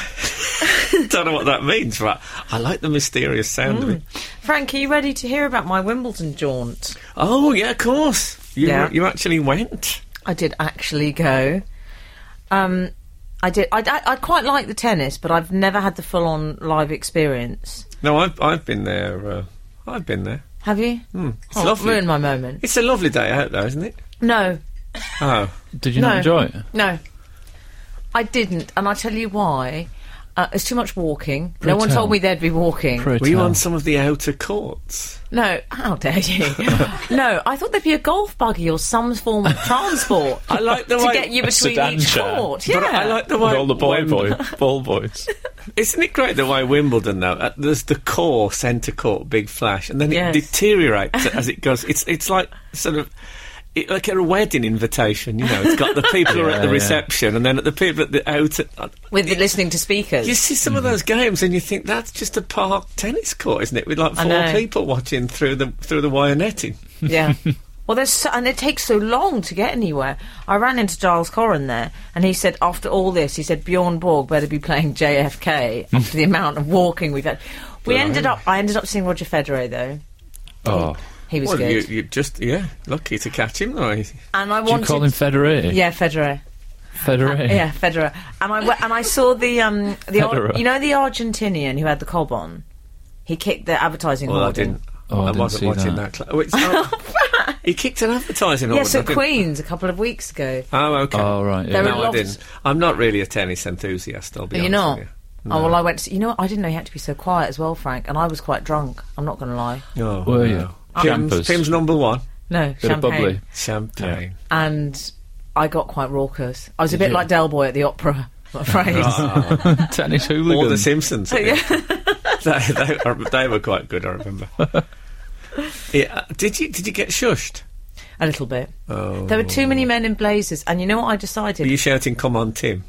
[LAUGHS] don't know what that means, but I like the mysterious sound of Mm. it. Frank, are you ready to hear about my Wimbledon jaunt? Oh yeah, of course. You Yeah. you actually went. I did actually go. Um, I did. I, I, I quite like the tennis, but I've never had the full-on live experience. No, I've I've been there. Uh, I've been there. Have you? It's Oh, lovely. Ruined my moment. Mm. It's a lovely day out, though, isn't it? No, Oh, it? Did you No. not enjoy it? no, I didn't, and I tell you why. Uh, it's too much walking. no one Pretend. told me there'd be walking. Pray were you tell. on some of the outer courts? no, how dare you? [LAUGHS] no, I thought there'd be a golf buggy or some [LAUGHS] form of transport. I like the [LAUGHS] to way- get you A between sedan each chair. court. Yeah, But I like the way With all the boy, Wimb- boy, [LAUGHS] [LAUGHS] ball boys. Isn't it great the way Wimbledon though? uh, There's the core centre court, big flash, and then it Yes. deteriorates as it goes. It's it's like sort of. It, like a wedding invitation, you know. It's got the people who are at the [LAUGHS] Yeah, yeah. reception, and then at the people at the outer. uh, with the listening to speakers. You see some of those games, and you think that's just a park tennis court, isn't it? With like I four know. people watching through the through the wire netting. Yeah. Well, there's so, and it takes so long to get anywhere. I ran into Giles Corran there, and he said, after all this, he said Bjorn Borg better be playing JFK after the amount of walking we've had. We ended up. I ended up seeing Roger Federer though. Oh. He was Well, you, good, you just yeah, lucky to catch him though. and I Do you wanted. call him Federer? [LAUGHS] yeah, Federer. Federer. Yeah, Federer. And I went, and I saw the um the Ar- Federer. you know the Argentinian who had the cob on. He kicked the advertising Well, I hoarding. didn't. Oh, I didn't wasn't see watching that. that. cla- oh, it's- oh, [LAUGHS] he kicked an advertising. Yes, order, at didn't- Queens a couple of weeks ago. Oh, okay. Oh, right. Yeah. There No, were I lots- didn't. I'm not really a tennis enthusiast. I'll be Are you honest. With not? Oh well, I went. To, you know, what? I didn't know you had to be so quiet as well, Frank. And I was quite drunk. I'm not going to lie. you. Oh, Were you? no. Pim's, Jumpers. Pim's number one. No Bit of champagne. bubbly. Champagne. And I got quite raucous. I was a bit you? like Del Boy at the opera. [LAUGHS] I'm afraid. [LAUGHS] Tennis All the hooligans. Simpsons. Oh, I think. [LAUGHS] they, they, are- they were quite good. I [LAUGHS] remember. yeah. uh, Did you Did you get shushed? a little bit. Oh. There were too many men in blazers, and you know what I decided? Were you shouting, "Come on, Tim"?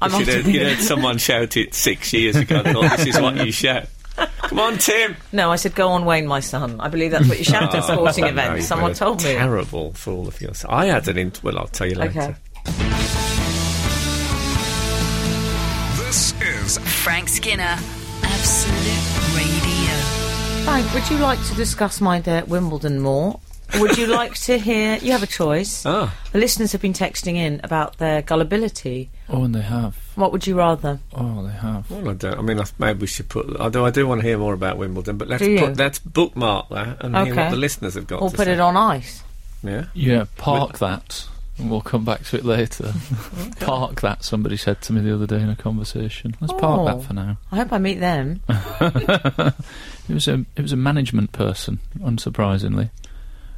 I'm you after heard, you heard someone shout it six years ago. I thought, this is what you shout. Come on, Tim. [LAUGHS] No, I said, go on, Wayne, my son. I believe that's what you shout at sporting Oh, no, events. you've Someone been told me. Terrible for all of you. I had an. Int- well, I'll tell you later. Okay. This is Frank Skinner, Absolute Radio. Frank, would you like to discuss my day at Wimbledon more? Or Would you like to hear? You have a choice. Ah. The listeners have been texting in about their gullibility. Oh, and they have. What would you rather? Oh, they have. Well, I don't. I mean, I- maybe we should put. Although I do want to hear more about Wimbledon, but let's Do you? put, let's bookmark that and hear what Okay. the listeners have got. Or to put say. it on ice? Yeah. Yeah, park that. And we'll come back to it later. Park that, somebody said to me the other day in a conversation. Let's park Oh. that for now. I hope I [LAUGHS] meet them. It was a it was a management person, unsurprisingly.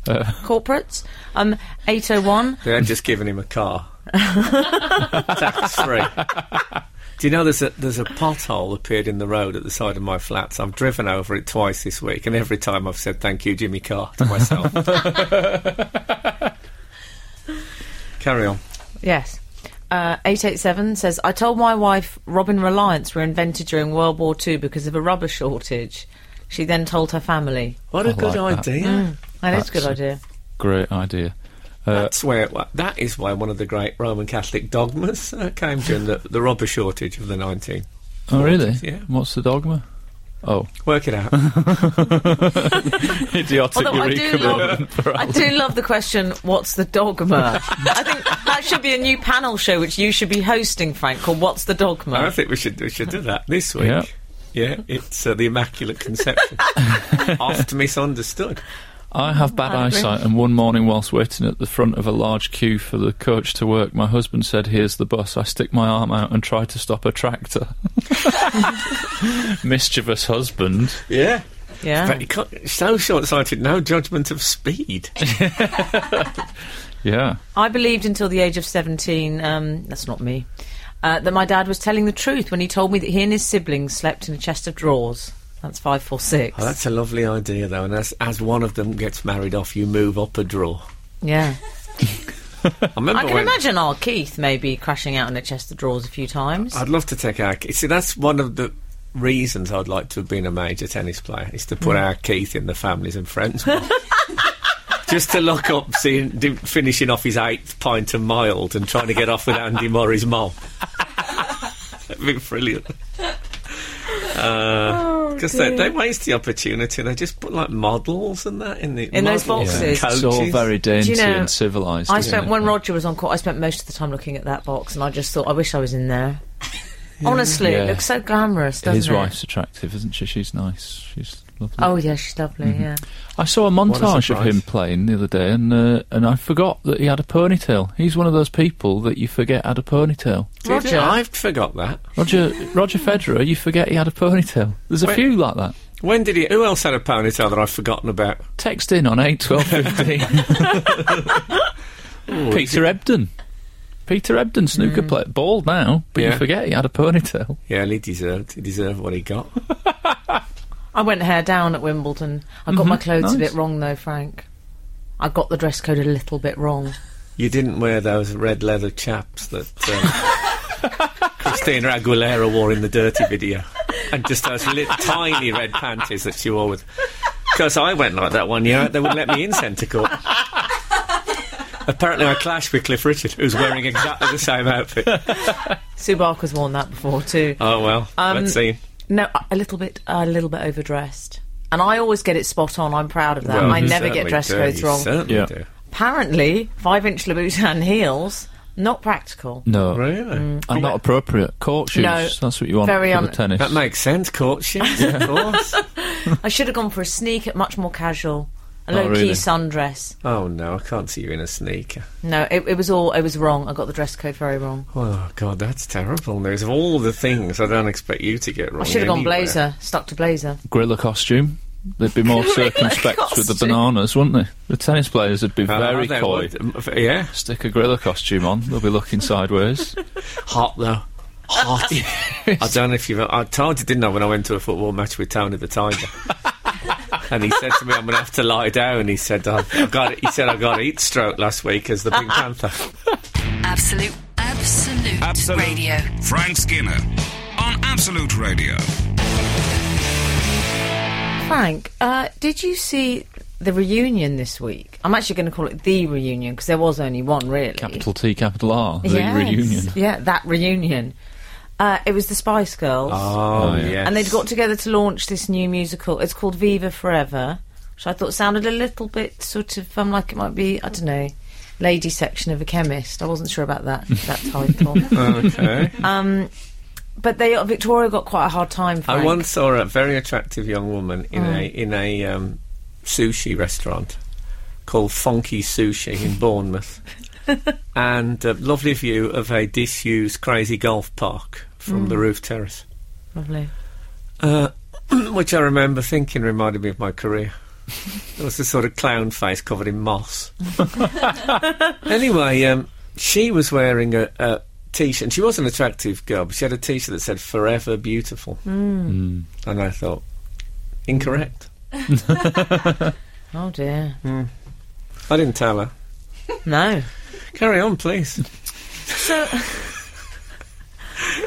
Corporates. Um, 801. They had just given him a [LAUGHS] car, tax free. Do you know there's a there's a pothole appeared in the road at the side of my flats. I've driven over it twice this week, and every time I've said thank you, Jimmy Carr, to [LAUGHS] myself. Carry on. Yes. Uh, 887 says, I told my wife Robin Reliance were invented during World War II because of a rubber shortage. She then told her family. What a I good like that. idea. That is a good That's- idea. Great idea. Uh, That's where wha- that is why one of the great Roman Catholic dogmas uh, came to in the, the robber shortage of the 19. Oh, really? Yeah. What's the dogma? Oh, Work it [LAUGHS] out. idiotic Although I do eureka moment. love, I do love the question, "What's [LAUGHS] the dogma?" I think that should be a new panel show which you should be hosting, Frank. Called "What's the I Dogma?" think we should we should do that this week. Yeah. Yeah, it's uh, the Immaculate [LAUGHS] Conception, oft misunderstood. I have bad I agree. eyesight, and one morning, whilst waiting at the front of a large queue for the coach to work, my husband said, Here's the bus. I stick my arm out and try to stop [LAUGHS] a tractor. Mischievous husband. Yeah, Yeah, but you can't, so short-sighted. No judgment of speed. Yeah. I believed until the age of seventeen. Um, that's not me. Uh, that my dad was telling the truth when he told me that he and his siblings slept in a chest of drawers. That's five, four, six. Oh, that's a lovely idea, though. And as as one of them gets married off, you move up a drawer. yeah, I remember I can when. imagine our Keith maybe crashing out in a chest of drawers a few times. I'd love to take our. Ke- See, that's one of the reasons I'd like to have been a major tennis player is to Mm. put our Keith in the families and friends. one. [LAUGHS] Just to look up, seeing do, finishing off his eighth pint of mild and trying to get off with Andy Murray's mom. That'd be brilliant. Oh, Because they, they waste the opportunity. They just put like models and that in the In those models and boxes. coaches. It's all very dainty Do you know, and civilised. I isn't spent it? when Roger was on court. I spent most of the time looking at that box, and I just thought, I wish I was [LAUGHS] in there. Honestly, Yeah. it looks so glamorous, doesn't His it? wife's attractive, isn't she? She's nice. She's lovely. Oh yeah, she's lovely. Mm-hmm. Yeah. I saw a a montage of surprise. him playing the other day, and uh, and I forgot that he had a ponytail. He's one of those people that you forget had a ponytail. Did you? Roger. I forgot that. Roger Roger Federer, you forget he had a ponytail. There's a Wait. few like that. When did he? Who else had a ponytail that I've forgotten about? Text in on eight [LAUGHS] twelve fifteen. Peter Ebden. Peter Ebden, snooker Hmm. player, bald now, but you Yeah. forget he had a ponytail. Yeah, and he deserved. He deserved what he got. I went hair down at Wimbledon. I got my clothes a Mm-hmm. nice. bit wrong though, Frank. I got the dress code a little bit wrong. You didn't wear those red leather chaps that um, Christina Aguilera wore in the Dirty video, and just those little tiny red panties that she wore with. Because I went like that one year, they wouldn't let me in centre court. Apparently, I clashed with Cliff Richard, who's wearing exactly the same outfit. Sue Barker's worn that before too. Oh well, Um, let's see. No, a- a little bit, a little bit overdressed. And I always get it spot on. I'm proud of that. Well, I you never get certainly dress do, codes you wrong. Certainly Yeah. do. Apparently, five-inch Louboutin [LAUGHS] heels not practical. No, Really? Mm. and not appropriate. Court shoes, No, that's what you want very for un- the tennis. That makes sense. Courtship, [LAUGHS] of course. I should have gone for a sneak, much more casual, a Oh, low key really? sundress. Oh no, I can't see you in a sneaker. No, it, it was all it was wrong. I got the dress code very wrong. Oh god, that's terrible news. Of all the things, I don't expect you to get wrong. I should have gone anywhere. blazer, stuck to blazer. Griller costume. They'd be [LAUGHS] more circumspect with the costume. bananas, wouldn't they? The tennis players would be Oh, very they coy. would. Um, f- Yeah, Stick a gorilla costume on, they'll be looking [LAUGHS] sideways. hot though. Hot. [LAUGHS] I don't know if you've. I told you, didn't I, when I went to a football match with Tony the [LAUGHS] Tiger. And he said to me, "I'm going to have to lie down." He said, "I've I've got." He said, "I got heat stroke last week as the Pink Panther." Absolute, absolute, Absolute. radio. Frank Skinner on Absolute Radio. Frank, uh, did you see the reunion this week? I'm actually going to call it the reunion because there was only one really. Capital T, capital R, the Yes. reunion. Yeah, that reunion. Uh, it was the Spice Girls, Oh, yeah. yes. and they'd got together to launch this new musical. It's called Viva Forever, which I thought sounded a little bit sort of um, like it might be I don't know, lady section of a chemist. I wasn't sure about that that title. Okay. But they Victoria got quite a hard time. Frank. I once saw a very attractive young woman in a in a um, sushi restaurant called Funky Sushi in Bournemouth, and a lovely view of a disused crazy golf park from the roof terrace, Lovely. uh, which I remember thinking reminded me of my career. It was a sort of clown face covered in [LAUGHS] moss. anyway, um, she was wearing a, a t-shirt. And she was an attractive girl, but she had a t-shirt that said "Forever Beautiful." Hmm. And I thought, incorrect. Oh dear. I didn't tell her. No. Carry on, please. So [LAUGHS]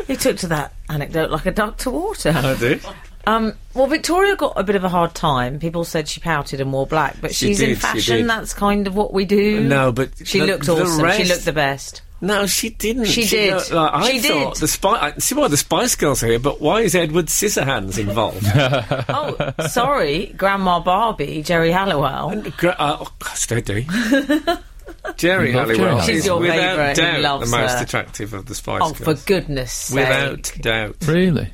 he took to that anecdote like a duck to water. [LAUGHS] I did. Um, well, Victoria got a bit of a hard time. People said she pouted and wore black, but She she's in did, she fashion. did. That's kind of what we do. No, but she the- looked the awesome. She rest- looked [LAUGHS] the best. No, she didn't. She did. looked like- I She thought did. the spy. I see why the Spice Girls are here, but why is Edward Scissorhands [LAUGHS] involved? Oh, sorry, Grandma Barbie, Jerry Halliwell. And Gra- uh, oh, gosh, [LAUGHS] steady. Jerry love Jerry Halliwell Halliwell. She's is your without favourite. He doubt loves the most her. attractive of the Spice Oh, for Girls. goodness sake! without doubt. Really?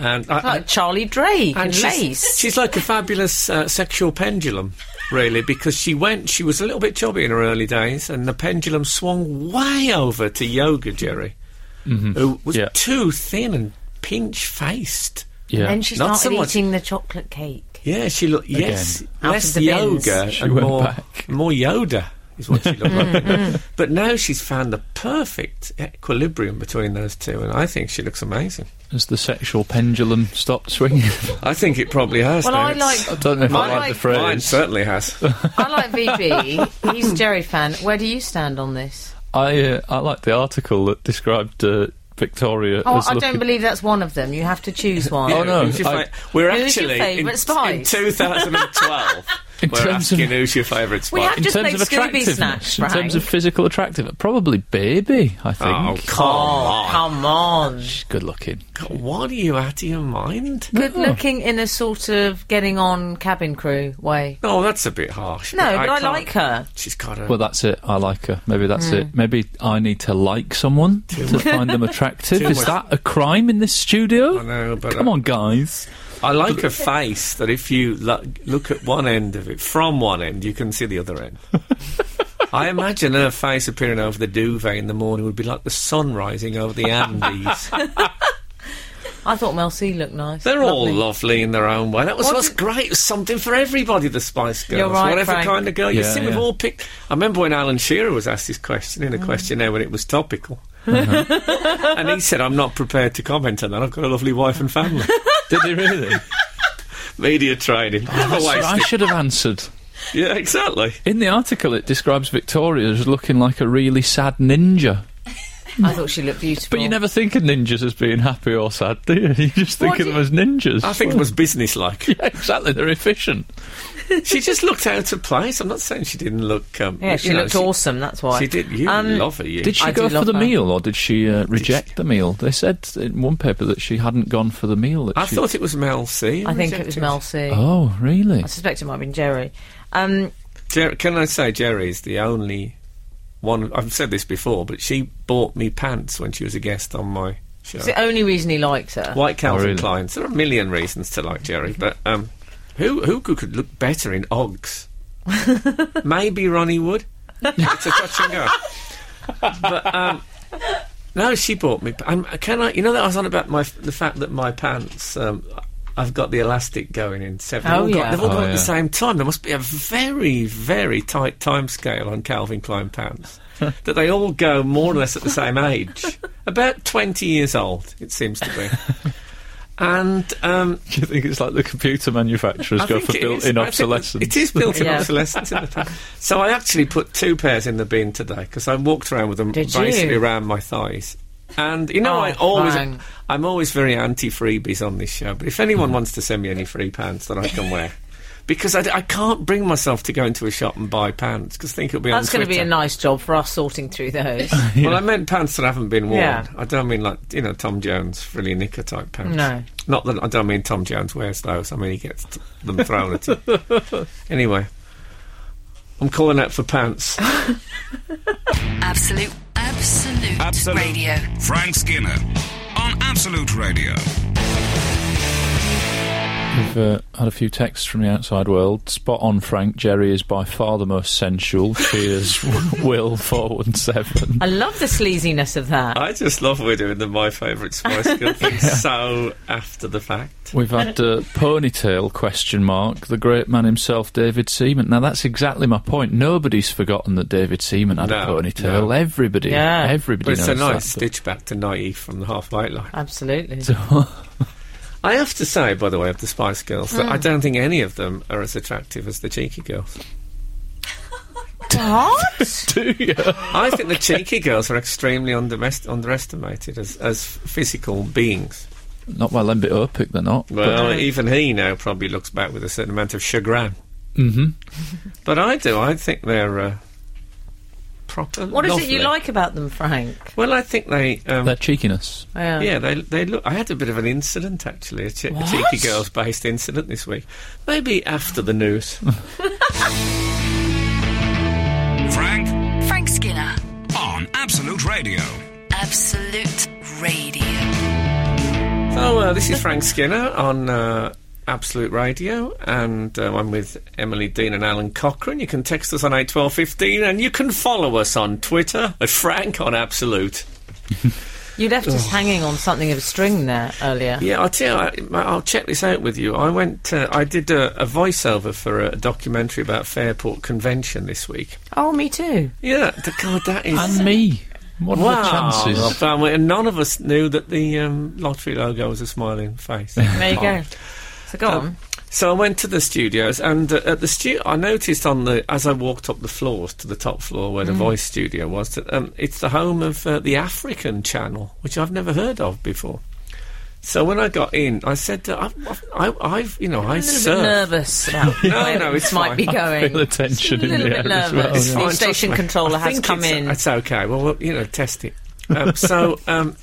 And, I, Like Charlie Drake and, she's, Lace. she's like a fabulous uh, sexual pendulum, really, because she went, she was a little bit chubby in her early days, and the pendulum swung way over to Yoga Jerry, who was Yeah. too thin and pinch faced. Yeah. And she Not started so much- eating the chocolate cake. Yeah, she looked, yes, Out of less the bins. yoga She and went more, back. more Yoda is what she looked [LAUGHS] Mm, like. But now she's found the perfect equilibrium between those two, and I think she looks amazing. Has the sexual pendulum stopped swinging? [LAUGHS] I think it probably has. Well, now. I It's- like I don't know if Mine- I like the mine Mine phrase. certainly has. I [LAUGHS] like VB. He's a Jerry fan. Where do you stand on this? I uh, I like the article that described uh, Victoria Oh, as I looking. don't believe that's one of them. You have [LAUGHS] to choose one. [LAUGHS] Oh, no. Who's your I- fa- we're Who's your actually favourite in, spice? in 2012. [LAUGHS] In we're terms of- asking who's your favourite We spice. have- in Just terms make of Scooby attractiveness, snacks, in Frank. terms of physical attractiveness, probably baby. I think. Oh, come Oh, on. come on. She's good looking. What are you out of your mind? Good looking in a sort of getting on cabin crew way. Oh, that's a bit harsh. No, but I, can't- like her. She's got a. Well, that's it. I like her. Maybe that's it. Maybe I need to like someone to find them attractive. Too Is much. that a crime in this studio? I know, but Come I, on, guys. I like a face that if you lo- look at one end of it, from one end, you can see the other [LAUGHS] end. I imagine her face appearing over the duvet in the morning would be like the sun rising over the Andes. [LAUGHS] I thought Mel C looked nice. They're all Lovely. lovely in their own way. That was What what's did- great. It was something for everybody. The Spice Girls, You're right, whatever Frank. kind of girl. you Yeah, see, we've yeah. all picked. I remember when Alan Shearer was asked this question Mm. in a questionnaire when it was topical, Uh-huh. and he said, "I'm not prepared to comment on that. I've got a lovely wife and [LAUGHS] family." Did he really? Media training. Never I wasted. should have answered. Yeah, exactly. In the article, it describes Victoria as looking like a really sad ninja. I thought she looked beautiful. Oh. But you never think of ninjas as being happy or sad, do you? [LAUGHS] You just think What of do them as ninjas. I [LAUGHS] think it was businesslike. [LAUGHS] Yeah, exactly. They're efficient. she just looked out of place. I'm not saying she didn't look. Um, Yeah, she you know, looked awesome. That's why Um, She did. You love her. You. Did she I go do for love the her. meal or did she uh, reject the meal? They said in one paper that she hadn't gone for the meal. That I she... thought it was Mel C. I think it was Mel C. I [LAUGHS] Oh, really? suspect it might have been Jerry. Um, Jer- can I say Jerry is the only one? I've said this before, but she bought me pants when she was a guest on my show. it's the only reason he likes her. White Calvin Oh, really? Kleins. There are a million reasons to like Jerry, Mm-hmm. but um, who who could, could look better in [LAUGHS] Oggs? Maybe Ronnie Wood. It's a touch and go. But um, no, she bought me. Um, can I? You know that I was on about my the fact that my pants. Um, I've got the elastic going in seven. Oh, they've all got, yeah. they've all Oh, gone at yeah. the same time. There must be a very, very tight time scale on Calvin Klein [LAUGHS] pants that they all go more or less at the same age. About twenty years old, it seems to [LAUGHS] be. And um, Do you think it's like the computer manufacturers I go think for it built is- in I think obsolescence? It is built in [LAUGHS] Yeah. obsolescence. Isn't it? So I actually put two pairs in the bin today because I walked around with them Did you? basically around my thighs. And you know, Oh, I always, fine. I'm always very anti freebies on this show. But if Mm-hmm. anyone wants to send me any free pants that I can wear, [LAUGHS] because I, d- I can't bring myself to go into a shop and buy pants because think it'll be That's on going to Twitter. be a nice job for us sorting [LAUGHS] through those. Well, I meant pants that haven't been worn. Yeah. I don't mean like you know Tom Jones frilly knicker type pants. No. not that I don't mean Tom Jones wears those. I mean he gets t- them thrown at him. [LAUGHS] Anyway, I'm calling out for pants. Absolute, absolute, Absolute. radio. Frank Skinner on Absolute Radio. We've uh, had a few texts from the outside world. Spot on, Frank. Jerry is by far the most sensual. She is [LAUGHS] Will four one seven. I love the sleaziness of that. I just love we're doing the my favourite Spice [LAUGHS] Girl thing so after the fact. We've had uh, ponytail question mark. The great man himself, David Seaman. Now that's exactly my point. Nobody's forgotten that David Seaman had a No, ponytail. no. Everybody, Yeah. everybody But it's knows a nice that. stitch back to Naive from the halfway line. Absolutely. I have to say, by the way, of the Spice Girls, that I Hmm. don't think any of them are as attractive as the Cheeky Girls. what? Do you? I think the cheeky girls are extremely undermest- underestimated as, as physical beings. [LAUGHS] Not by Lembitopic, they're not. Well, even he now probably looks back with a certain amount of chagrin. Mm-hmm. But I do. I think they're uh, proper. What is it lovely. you like about them, Frank? Well, I think they. Um, Their cheekiness. Yeah. yeah, they they look. I had a bit of an incident actually, a, che- a What? cheeky girls based incident this week. Maybe after the news. Frank Frank Skinner, on Absolute Radio. Absolute Radio. so uh, this is Frank Skinner on. Uh, Absolute Radio, and um, I'm with Emily Dean and Alan Cochrane. You can text us on eight twelve fifteen, and you can follow us on Twitter at Frank on Absolute. You left us hanging on something of a string there earlier. Yeah, I'll tell you, I, I'll check this out with you. I went, uh, I did a, a voiceover for a documentary about Fairport Convention this week. Oh, me too. Yeah, the, God, that is. And me. What are the Well, chances? found- and none of us knew that the um, lottery logo was a smiling face. There you go. So Um, go on. So I went to the studios, and uh, at the stu- I noticed on the as I walked up the floors to the top floor where the Mm. voice studio was that um, it's the home of uh, the African Channel, which I've never heard of before. So when I got in, I said, uh, I've, I've, I've, you know, I a little surf. bit nervous about [LAUGHS] No, where no, it it's might fine. be I feel the going. tension in It's a the little air bit as well. nervous. yeah. The trust station me. controller I has think come it's- in. It's okay. Well, well, you know, test it. [LAUGHS] Um, so, um,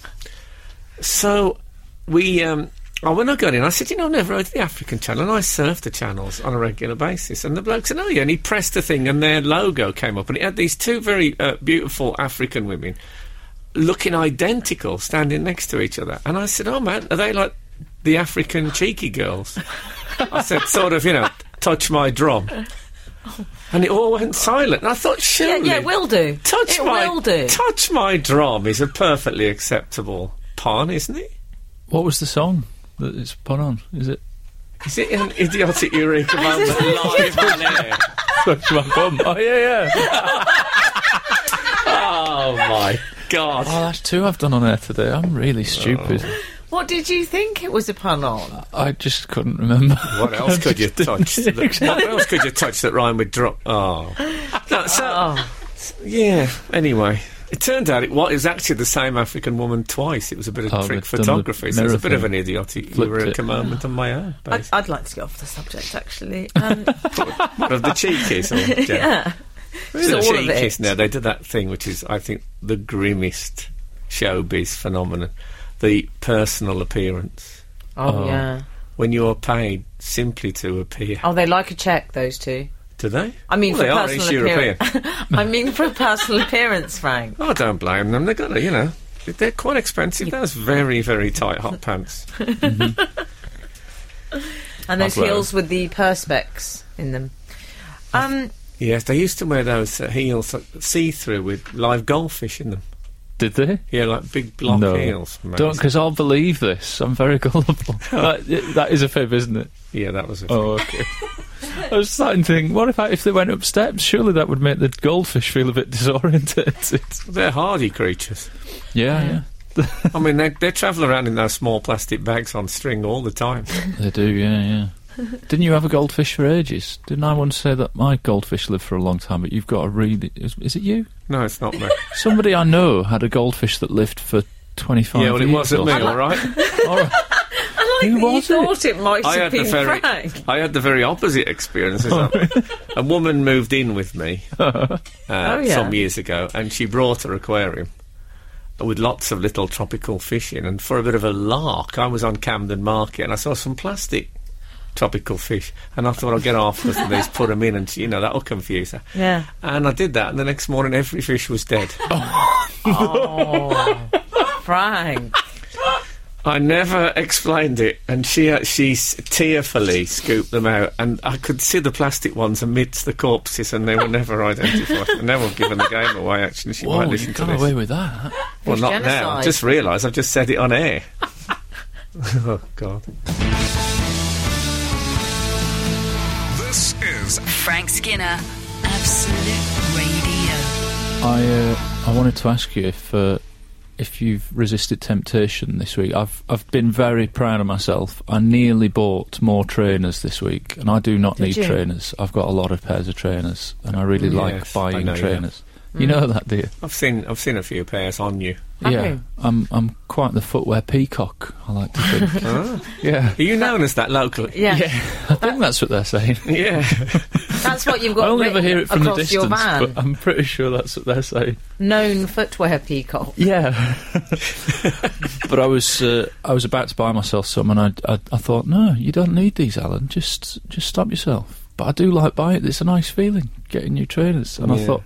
so we. Um, Oh, when I got in, I said, you know, I've never heard of the African channel, and I surf the channels on a regular basis. And the bloke said, oh, yeah, and he pressed a thing, and their logo came up, and it had these two very uh, beautiful African women looking identical standing next to each other. And I said, oh, man, are they like the African cheeky girls? I said, sort of, you know, touch my drum. And it all went silent. And I thought, Yeah, surely... yeah, it will do. Touch it my will do. touch my drum is a perfectly acceptable pun, isn't it? What was the song that it's put on? Is it? Is it an idiotic [LAUGHS] eureka moment live on air? Touch my [LAUGHS] bum. Oh yeah, yeah. Oh [LAUGHS] my god! Oh, that's two I've done on air today. I'm really stupid. what did you think it was a pun on? I just couldn't remember. [LAUGHS] What [LAUGHS] else could you Just didn't- touch? That, what else could you touch that rhymed with drum? Oh, no, so [LAUGHS] Oh, yeah. Anyway, it turned out it was, it was actually the same African woman twice. It was a bit of Oh, trick they've done the photography. So it was a mirror bit of thing. an idiotic Flipped eureka it. moment on my own. I'd, But I'd like to get off the subject [LAUGHS] actually. Um, of the cheekies, [LAUGHS] or, yeah. yeah, Just The all of cheekies it. now. They did that thing, which is, I think, the grimmest showbiz phenomenon the personal appearance. Oh, Oh. yeah. When you are paid simply to appear. Oh, they like a check. Those two. Do they? I mean, Well, they for are personal East European. appearance. [LAUGHS] I mean, for personal appearance, Frank. I Oh, don't blame them. They've got to, you know, they're quite expensive. Those very, very tight hot [LAUGHS] pants. And those Well. heels with the perspex in them. Um, Yes, they used to wear those uh, heels uh, see through with live goldfish in them. [LAUGHS] Did they? Yeah, like big block no. heels. Amazing. Don't, because I'll believe this. I'm very [LAUGHS] gullible. that, that is a fib, isn't it? Yeah, that was a Oh, [LAUGHS] okay. I was starting to think, what if I, if they went up steps? Surely that would make the goldfish feel a bit [LAUGHS] [LAUGHS] [LAUGHS] disorientated. They're hardy creatures. yeah, I mean, they, they travel around in those small plastic bags on string all the [LAUGHS] time. yeah, they do. [LAUGHS] Yeah, yeah. Didn't you have a goldfish for ages? Didn't I once say that my goldfish lived for a long time? But you've got a really is, is it you? No, it's not me. Somebody I know had a goldfish that lived for twenty five. yeah, well, it wasn't me, [LAUGHS] all right? I like Who that was you it? thought it might I had have the been very, [LAUGHS] Frank. Oh, I had the very opposite experience. [LAUGHS] is that- a woman moved in with me uh, yeah. some years ago, and she brought her aquarium with lots of little tropical fish in. And for a bit of a lark, I was on Camden Market, and I saw some plastic tropical fish, and I thought I'll get off this and these, put them in, and she- you know that'll confuse her. Yeah. And I did that, and the next morning every fish was dead. Frank. I never explained it, and she uh, she s- tearfully scooped them out, and I could see the plastic ones amidst the corpses, and [LAUGHS] they were never identified. and now I've given the game away. Actually, she Whoa, might you listen to got this. away with that. well, not now. I genocide. just realised I've just said it on [LAUGHS] air. oh God! This is Frank Skinner, Absolute Radio. I uh, I wanted to ask you if uh, if you've resisted temptation this week. I've I've been very proud of myself. I nearly bought more trainers this week, and I do not Did need you? trainers. I've got a lot of pairs of trainers, and I really like Yes, I buying know you have. trainers. You know that, do you? I've seen I've seen a few pairs on you. Mm. Have yeah. you? I'm I'm quite the footwear peacock. I like to think. [LAUGHS] Ah. Yeah. Are you known as that locally? Yeah. Yeah, I think that's what they're saying. [LAUGHS] Yeah. That's what you've I got only ever written hear it from the across your distance, van. but I'm pretty sure that's what they're saying. Known footwear peacock. Yeah, [LAUGHS] but I was uh, I was about to buy myself some, and I, I I thought, no, you don't need these, Alan. Just just stop yourself. But I do like buying it. It's a nice feeling getting new trainers, and Yeah. I thought,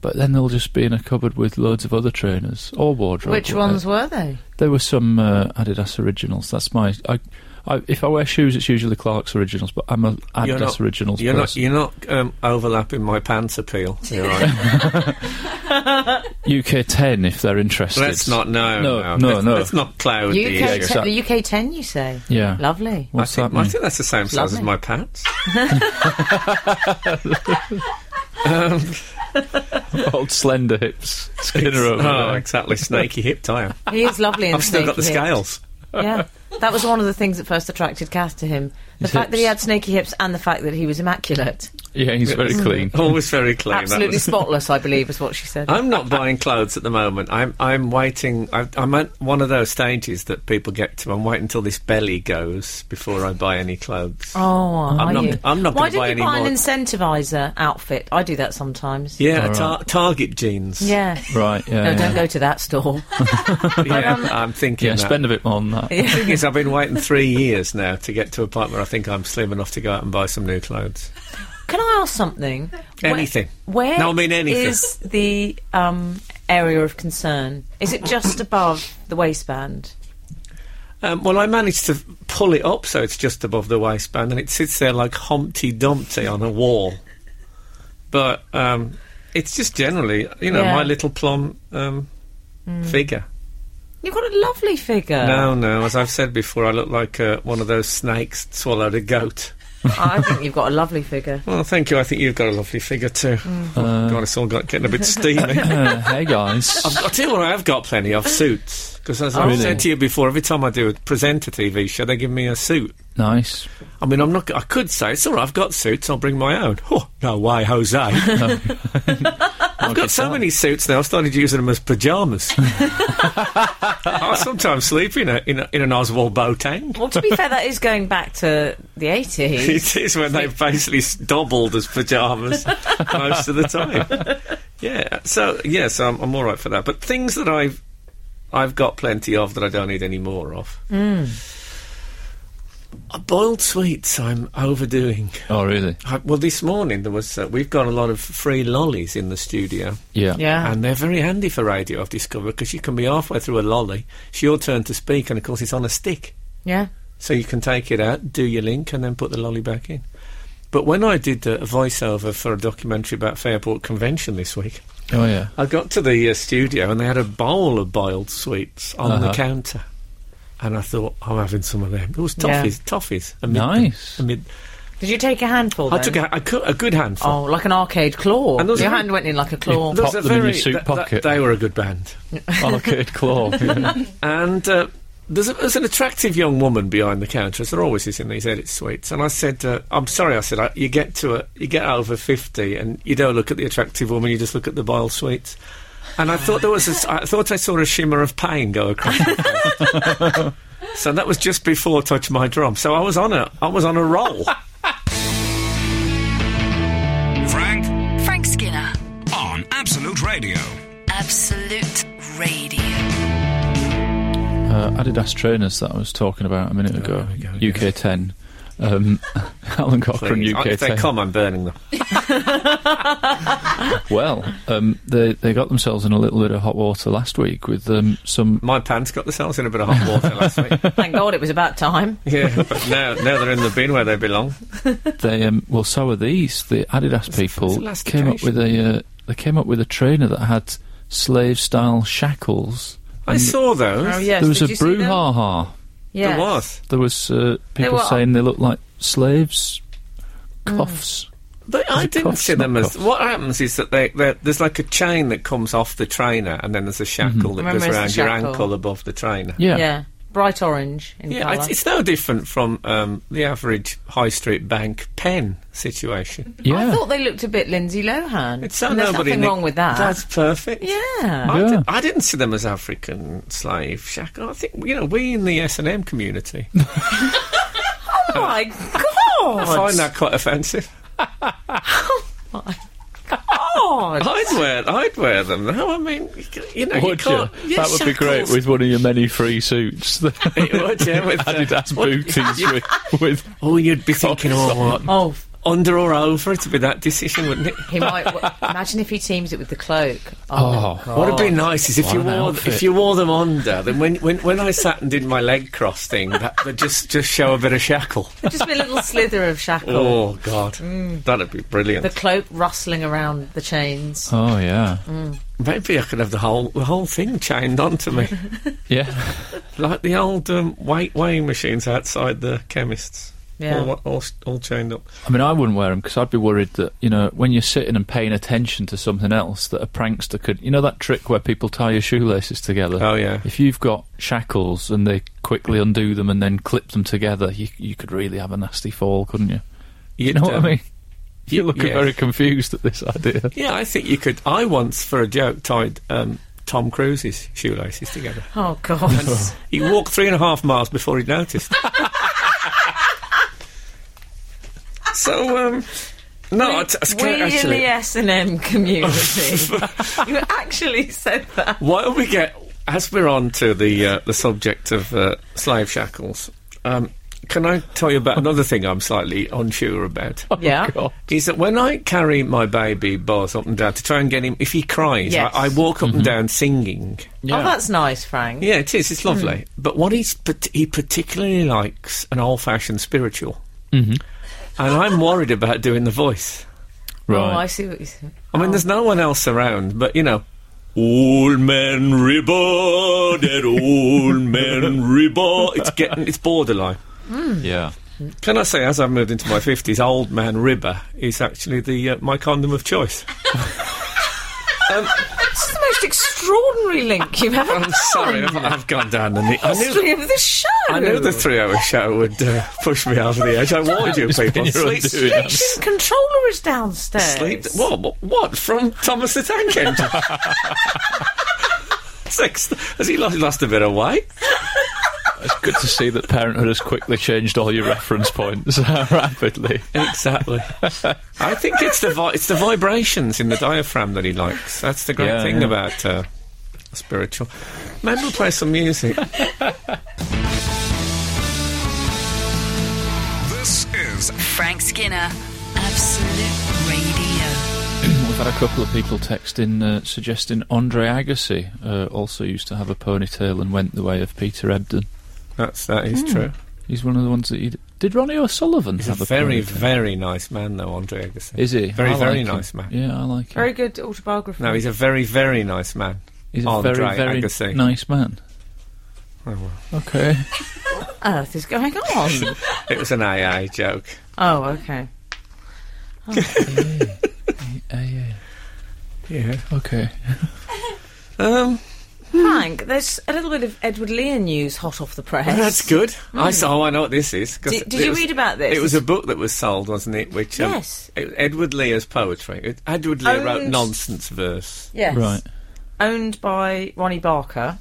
but then they'll just be in a cupboard with loads of other trainers or wardrobe. Which whatever. ones were they? There were some uh, Adidas originals. That's my. I, I, if I wear shoes, it's usually Clark's originals, but I'm a Adidas You're not- originals You're not person. you're not um, overlapping my pants [LAUGHS] appeal. You're right. UK 10, if they're interested. let's not know. No, no, let's, no. Let's not cloud UK the uh, issue. exactly. ten, the UK ten, you say? Yeah. Lovely. I What's think, that I mean? think that's the same size as Lovely. my pants. [LAUGHS] Old slender hips. Skinner over oh, there. exactly. Snaky hip tire. He is lovely. in I've still got the snaky hips. scales. Yeah, that was one of the things that first attracted Kath to him: the His fact that he hips. had snaky hips and the fact that he was immaculate, Yeah, he's very clean. Always very clean. Oh, that absolutely was- spotless. I believe is what she said. I'm not buying clothes at the moment. I'm I'm waiting. I, I'm at one of those stages that people get to. I'm waiting until this belly goes before I buy any clothes. Oh, are not- you? I'm not gonna Why didn't buy you any buy more- an incentivizer outfit? I do that sometimes. yeah, All tar- right. Target jeans. Yeah. [LAUGHS] Right, yeah. No, yeah. don't go to that store. [LAUGHS] Yeah, I'm thinking. Yeah, that. spend a bit more on [LAUGHS] that. The thing is, I've been waiting three years now to get to a point where I think I'm slim enough to go out and buy some new clothes. Can I ask something? Where- Anything. Where No, I mean anything. is the um, area of concern? Is it just above the waistband? Um, well, I managed to pull it up so it's just above the waistband, and it sits there like Humpty Dumpty on a wall. But um, it's just generally, you know, Yeah. my little plum um, figure. You've got a lovely figure. No, no, as I've said before, I look like uh, one of those snakes that swallowed a goat. Oh, I think you've got a lovely figure. Well, thank you. I think you've got a lovely figure too. Oh, God, it's all got getting a bit steamy. Uh, hey, [LAUGHS] guys. I've got, I tell you what, I have got plenty of suits because, as I've Really? said to you before, every time I do a present a TV show, they give me a suit. nice. I mean, I'm not. I could say it's all right. I've got suits. I'll bring my own. Oh, no way, Jose! [LAUGHS] I've got so many suits now. I've started using them as pajamas. [LAUGHS] I sometimes sleep in a, in, a, in an Oswald Boateng. Well, to be fair, that is going back to the 80s. [LAUGHS] It is when they've basically s- doubled as pajamas [LAUGHS] most of the time. Yeah. So yeah. So I'm, I'm all right for that. But things that I've I've got plenty of that I don't need any more of. Uh, Boiled sweets. I'm overdoing. Oh, really? I, well, this morning there was. Uh, we've got a lot of free lollies in the studio, Yeah. Yeah. and they're very handy for radio. I've discovered because you can be halfway through a lolly. It's your turn to speak, and of course it's on a stick, yeah. so you can take it out, do your link, and then put the lolly back in. But when I did uh, a voiceover for a documentary about Fairport Convention this week, Oh, yeah. I got to the uh, studio and they had a bowl of boiled sweets on the Uh-huh. counter. And I thought, I'm having some of them. It was Yeah. toffees, toffees. Amid, [LAUGHS] Nice. Amid, Did you take a handful? I then? took a, a, cou- a good handful. Oh, like an arcade claw. And Your those are- hand went in like a claw. [LAUGHS] There was Pop a them in your very- suit th- th- pocket. they were a good band. Arcade claw. Oh, [LAUGHS] Yeah. And uh, there's, a, there's an attractive young woman behind the counter, as there always is in these edit suites. And I said, uh, "I'm sorry," I said, I, "You get to a, you get over fifty, and you don't look at the attractive woman; you just look at the bile sweets." And I thought there was, a s I thought I saw a shimmer of pain go across. her face. [LAUGHS] so that was just before touch my drum. So I was on a, I was on a roll. Frank Frank Skinner, on Absolute Radio. Absolute Radio. Uh, Adidas trainers that I was talking about a minute ago. UK 10. Um, [LAUGHS] Alan Cochrane, Please. UK if they 10. come, I'm burning them. Well, um, they they got themselves in a little bit of hot water last week with um, some. My pants got themselves in a bit of hot water last week. [LAUGHS] Thank God it was about time. Yeah, but now, now they're in the bin where they belong. They um, well, so are these. The Adidas people it's came up with a uh, they came up with a trainer that had slave style shackles. I saw those. Oh, yes. there was Did a you see them? brouhaha. Yes. There was. There was uh, people were- saying they Mm. looked like slaves, cuffs. But I it didn't cuffs, see them not as. cuffs? What happens is that they, they're- there's like a chain that comes off the trainer, and then there's a shackle that Mm-hmm. Remember, goes it's the around your shackle. ankle above the trainer. Yeah. Yeah. bright orange in Yeah, colour. it's, it's no different from um, the average high street bank pen [LAUGHS] situation. Yeah. I thought they looked a bit Lindsay Lohan. It's so and there's nobody nothing Nick- wrong with that. That's perfect. yeah. I, Yeah. did, I didn't see them as African slave shackle. I think you know we in the S and M [LAUGHS] community Oh my god! find that quite offensive. God. I'd wear I'd wear them though. I mean, you c- you know, Would you you? can't. yeah, that would be great shackles. with one of your many free [LAUGHS] suits. It would, yeah, [LAUGHS] with, uh, Adidas what- booties yeah. with, with Oh, you'd be thinking, oh, what, Oh, f- under or over? It'd be that decision, wouldn't it? he might. W- imagine if he teams it with the cloak. Oh, my What would God. be nice is if What you an wore outfit. if you wore them under, then when, when, when I sat and did my leg cross thing, that would just just show a bit of shackle. Oh, Just be a little slither of shackle. Oh God, that'd be brilliant. The cloak rustling around the chains. Oh yeah, Maybe I could have the whole the whole thing chained onto [LAUGHS] me, yeah. like the old um, weight weighing machines outside the chemists. Yeah. All, all, all chained up. I mean, I wouldn't wear them because I'd be worried that you know when you're sitting and paying attention to something else that a prankster could. You know that trick where people tie your shoelaces together. Oh, yeah. If you've got shackles and they quickly undo them and then clip them together, you you could really have a nasty fall, couldn't you? You You'd, know what I um, mean? You're looking yeah. very confused at this [LAUGHS] idea. Yeah, I think you could. I once, for a joke, tied um, Tom Cruise's shoelaces together. Oh [LAUGHS] God. He walked three and a half miles before he noticed. [LAUGHS] so, um, no, I t- I we can't in the actually. S and [LAUGHS] M community. you actually said that. Oh, Why don't we get as we're on to the uh, the subject of uh, slave shackles? Um, can I tell you about another thing I'm slightly unsure about? [LAUGHS] Oh, yeah. God. Is that when I carry my baby Boz up and down to try and get him, if he cries, Yes. Mm-hmm. I, I walk up and down singing. Oh, that's nice, Frank. Yeah, it is. It's lovely. But what he's pat- he particularly likes an old-fashioned spiritual, mm-hmm. and I'm worried about doing the voice. Oh, I right. see what you said. I mean, there's no one else around, but you know. Old man Ribbon, that old man Ribbon. It's getting, it's borderline. yeah. Can I say, as I've moved into my fifties, old man Ribber is actually the uh, my condom of choice. um, This is the most extraordinary link you've ever I'm sorry, I've, I've gone down and the, I knew history of the show. I knew the three-hour show would uh, push me over the edge. I warned [LAUGHS] you, people. been your Sleep, undoing. sleep, Station controller is downstairs. sleep. What, what? What? From Thomas the Tank [LAUGHS] Engine? Six. Has he lost, lost a bit of weight? It's good to see that parenthood has quickly changed all your reference points [LAUGHS] rapidly. Exactly. I think it's the vi- it's the vibrations in the diaphragm that he likes. That's the great Yeah, thing yeah. about uh, spiritual. Maybe we'll play some music. This is Frank Skinner, Absolute Radio. We've had a couple of people texting uh, suggesting Andre Agassi uh, also used to have a ponytail and went the way of Peter Ebdon. That's that is true. He's one of the ones that you did. Ronnie O'Sullivan He's a have Hmm. a, very ponytail? very nice man, though Andre Agassi. Is he very I very like him. nice man? Yeah, I like him. Very good autobiography. No, he's a very very nice man. He's a Andre very very Oh, Agassi. Oh, nice man. [LAUGHS] Okay. what earth is going on? It was an AI joke. oh, okay. Uh, yeah. Yeah. Okay. Um, Frank, there's a little bit of Edward Lear news hot off the press. Oh, that's good. I saw. I know what this is. 'cause Mm. Did- did it you was- read about this? It was a book that was sold, wasn't it? Which um, Yes. it- Edward Lear's poetry. It- Edward Lear wrote Owned- nonsense verse. Yes. Right. Owned by Ronnie Barker.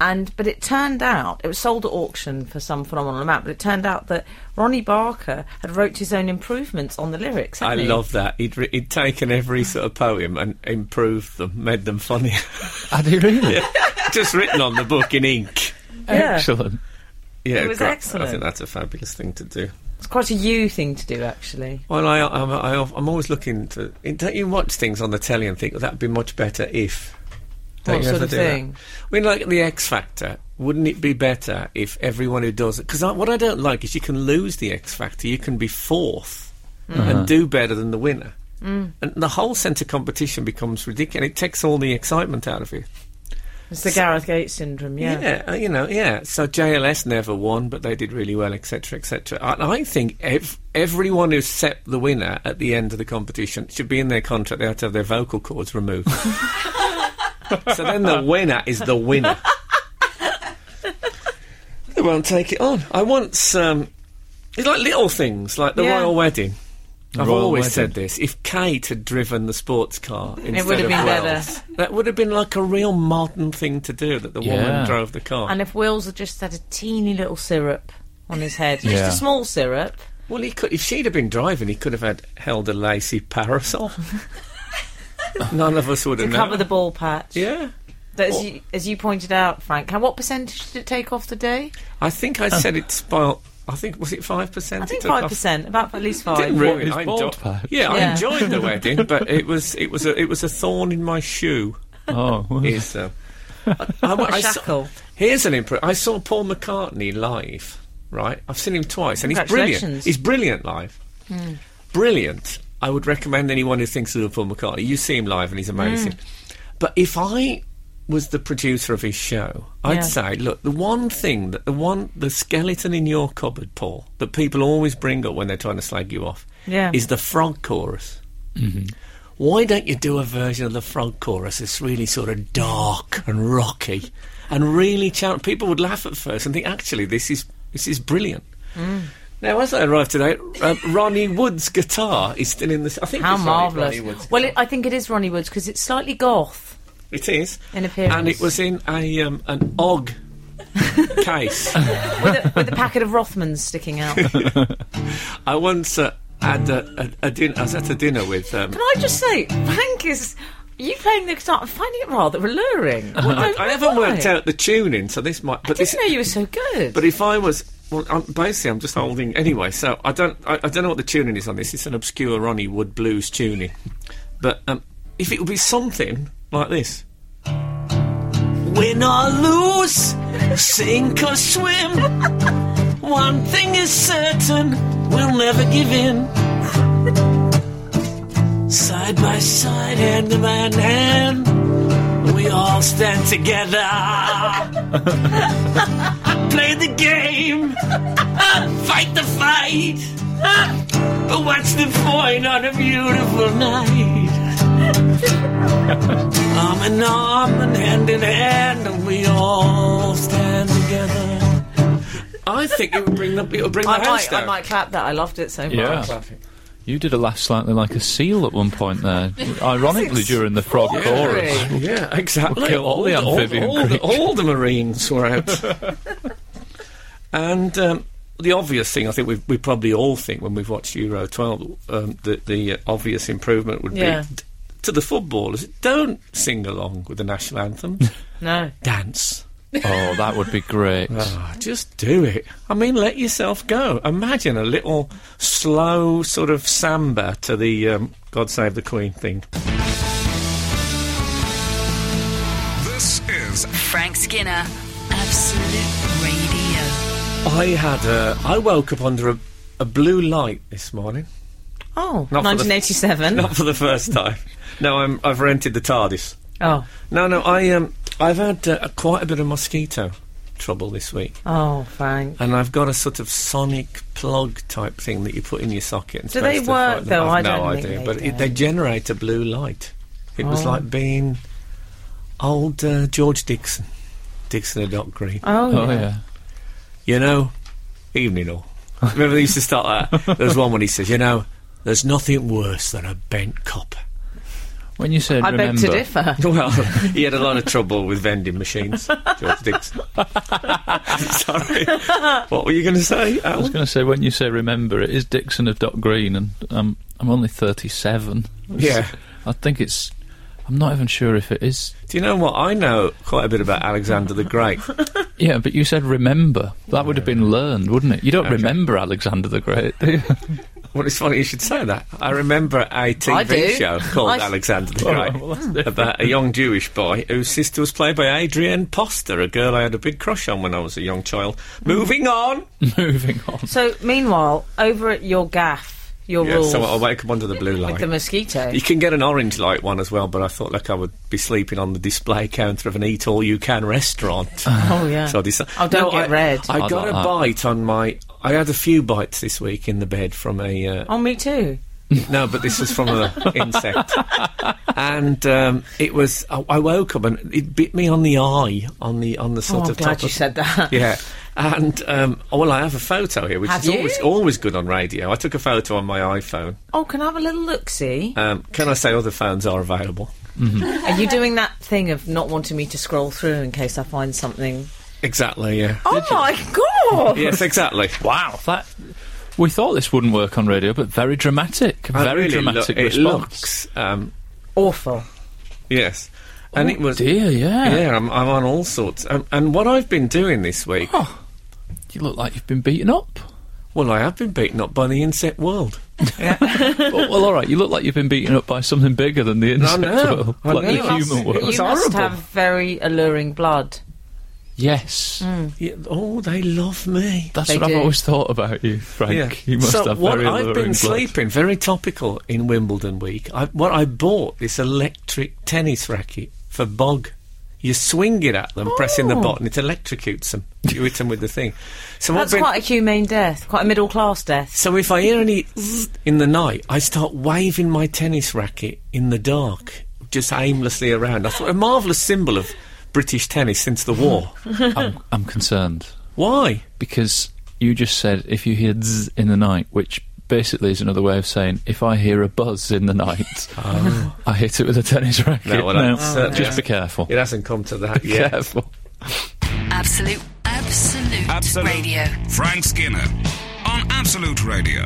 And but it turned out it was sold at auction for some phenomenal amount. But it turned out that Ronnie Barker had wrote his own improvements on the lyrics. I hadn't he? love that. He'd, re- he'd taken every sort of poem and improved them, made them funnier. Had he really? [LAUGHS] Just written on the book in ink. Yeah. Excellent. Yeah, It was great. I excellent. think that's a fabulous thing to do. It's quite a you thing to do, actually. Well, I, I'm, I, I'm always looking to. Don't you watch things on the telly and think, well, that'd be much better if. Don't What you sort ever of do that? thing? I mean, like the X Factor. Wouldn't it be better if everyone who does it? Because what I don't like is you can lose the X Factor. You can be 4th Mm. Uh-huh. and do better than the winner, and the whole sense of competition becomes ridiculous. It takes all the excitement out of it. It's the Gareth Gates syndrome. Yeah. Yeah, uh, you know, yeah. So JLS never won, but they did really well, etc., etc. And I think ev- everyone who set the winner at the end of the competition should be in their contract. They have to have their vocal cords [LAUGHS] removed. so then the winner is the winner. won't take it on. I once, um, it's like little things, like the Yeah. royal wedding. I've royal always wedding. said this. If Kate had driven the sports car instead would have of been better. Wells, that would have been like a real modern thing to do. That the Yeah. woman drove the car. And if Wills had just had a teeny little syrup on his head, Yeah. just a small syrup. well, he could. If she'd have been driving, he could have had held a lacy [LAUGHS] parasol. None of us would have known. Cover the ball patch. yeah. But as, you, as you pointed out, Frank, how, what percentage did it take off the day? I think I said it spoiled. I think was it five percent? I think five percent, about at least five. Didn't ruin His it. I bald enjoy- patch. yeah, I Yeah. enjoyed the wedding, but it was it was a it was a thorn in my shoe. Oh, well, Is uh, [LAUGHS] I- I- I saw- shackle. here's an impression. I saw Paul McCartney live. Right, I've seen him twice, and he's brilliant. Congratulations. Hmm. He's brilliant live. Brilliant. I would recommend anyone who thinks of Paul McCartney. You see him live, and he's Hmm. amazing. But if I was the producer of his show, I'd Yeah. say, look, the one thing that the one the skeleton in your cupboard, Paul, that people always bring up when they're trying to slag you off, Yeah. is the frog chorus. Why don't you do a version of the frog chorus that's really sort of dark and rocky, and really chal- people would laugh at first and think, actually, this is this is brilliant. Mm. Now, as I arrived today, uh, Ronnie Wood's guitar is still in the. s- I think How it's Ronnie- marvellous. Ronnie Wood's Well, it, guitar. I think it is Ronnie Woods because it's slightly goth. it is in appearance. and it was in a um, an og [LAUGHS] case. with, a, with a packet of Rothmans [LAUGHS] sticking out. Can I once uh, had a, a, a dinner. I was at a dinner with. Um, I just say, Frank is. You playing the guitar? I'm finding it rather [LAUGHS] alluring. I, don't I know haven't why. worked out the tuning, so this might. But I didn't this, know you were so good. But if I was, well, I'm, basically, I'm just holding anyway. So I don't, I, I don't know what the tuning is on this. It's an obscure Ronnie Wood blues tuning. But um, if it would be something like this. Win or lose, sink or swim. One thing is certain, we'll never give in. Side by side, hand to hand, hand, we all stand together play the game, fight the fight. But what's the point on a beautiful night? arm in arm and hand in hand, and we all stand together. I think it would bring the it would bring the I house might, I down. might clap that. I loved it so much. Yeah. you did a laugh slightly like a seal at one point [LAUGHS] there. Ironically, during the frog chorus. Yeah, exactly. We'll kill all the amphibian all, the, creatures. all the marines were out. [LAUGHS] and um, the obvious thing, I think we've, we probably all think when we've watched Euro 12, um, that the uh, obvious improvement would Yeah. be d- to the footballers don't sing along with the national anthem, [LAUGHS] No. dance. Oh, that would be great. Ah, just do it. I mean, let yourself go. Imagine a little slow sort of samba to the um, God Save the Queen thing. This is Frank Skinner, Absolute Radio. I had a. I woke up under a, a blue light this morning. Oh, Not for the- [LAUGHS] 1987. Not for the first time. No, I'm, I've rented the TARDIS. Oh, No, no, I um, I've had uh, quite a bit of mosquito trouble this week, oh, Frank. and I've got a sort of sonic plug type thing that you put in your socket. And Do they supposed to work, fight them. though? I've I no don't idea, think they but It, do. they generate a blue light. It was Oh. like being old uh, George Dixon, Dixon of Dock Green. Oh, Oh, yeah. yeah. You know, evening all. Remember they used to start that. There's one when he says, you know, there's nothing worse than a bent copper. When you said I beg remember, to differ. Well, he had a lot of trouble with vending machines, George Dixon. [LAUGHS] Sorry. What were you going to say, I was Alan? going to say when you say remember, it is Dixon of Dot Green, and um, I'm only 37. Yeah. I think it's. I'm not even sure if it is. Do you know what? I know quite a bit about Alexander the Great. Yeah, but you said remember. That would have been learned, wouldn't it? You don't Okay. remember Alexander the Great, [LAUGHS] do you? Well, it's funny you should say that. I remember a do. TV show called I- Alexander the All Great right, Oh, well, that's different. about a young Jewish boy whose sister was played by Adrienne Poster, a girl I had a big crush on when I was a young child. Moving on. Moving on. So, meanwhile, over at your gaff, your Yeah, rules so I wake up under the blue with light. the mosquito. [LAUGHS] You can get an orange light one as well, but I thought like I would be sleeping on the display counter of an eat all you can restaurant. [LAUGHS] Oh, yeah. so I decided. Oh, don't get I, red. I I got like a that. bite on my. I had a few bites this week in the bed from a. Uh, Oh, me too. no, but this was from [LAUGHS] an insect, and um, it was. I, I woke up and it bit me on the eye, on the on the Oh, sort I'm of top. glad you of- said [LAUGHS] that. yeah, And um, oh, well, I have a photo here, which Have is always you? always good on radio. I took a photo on my iPhone. Oh, can I have a little look see? Um, can I say other phones are available? Are you doing that thing of not wanting me to scroll through in case I find something? Exactly. Yeah. Oh my god! Yes, exactly. Wow, that we thought this wouldn't work on radio, but very dramatic, I very really lo- dramatic it response. looks, um, Awful. yes, and it was. Oh, Dear, yeah. Yeah, I'm, I'm on all sorts. Um, and what I've been doing this week, you look like you've been beaten up. well, I have been beaten up by the insect world. well, well, all right, you look like you've been beaten up by something bigger than the insect know, world, I like know. the human It world. was you must horrible. have very alluring blood. Yes, Yeah, oh, they love me. that's They what do. I've always thought about you, Frank. You must so have what very I've been alluring blood. sleeping very topical in Wimbledon week. I, what I bought this electric tennis racket for bog. You swing it at them, pressing the Oh. button, it electrocutes them. You hit them with the thing. So I've That's been, quite a humane death, quite a middle class death. So if I hear any zzz in the night, I start waving my tennis racket in the dark, just aimlessly around. I thought a marvellous symbol of British tennis since the [LAUGHS] war. I'm, I'm concerned Why? because you just said if you hear zzz in the night, which basically is another way of saying if I hear a buzz in the [LAUGHS] night, I hit it with a tennis racket. No, well, that's uh, certainly- just be careful. It hasn't come to that Be yet. careful. Absolute, absolute, Absolute. radio. Frank Skinner on Absolute Radio.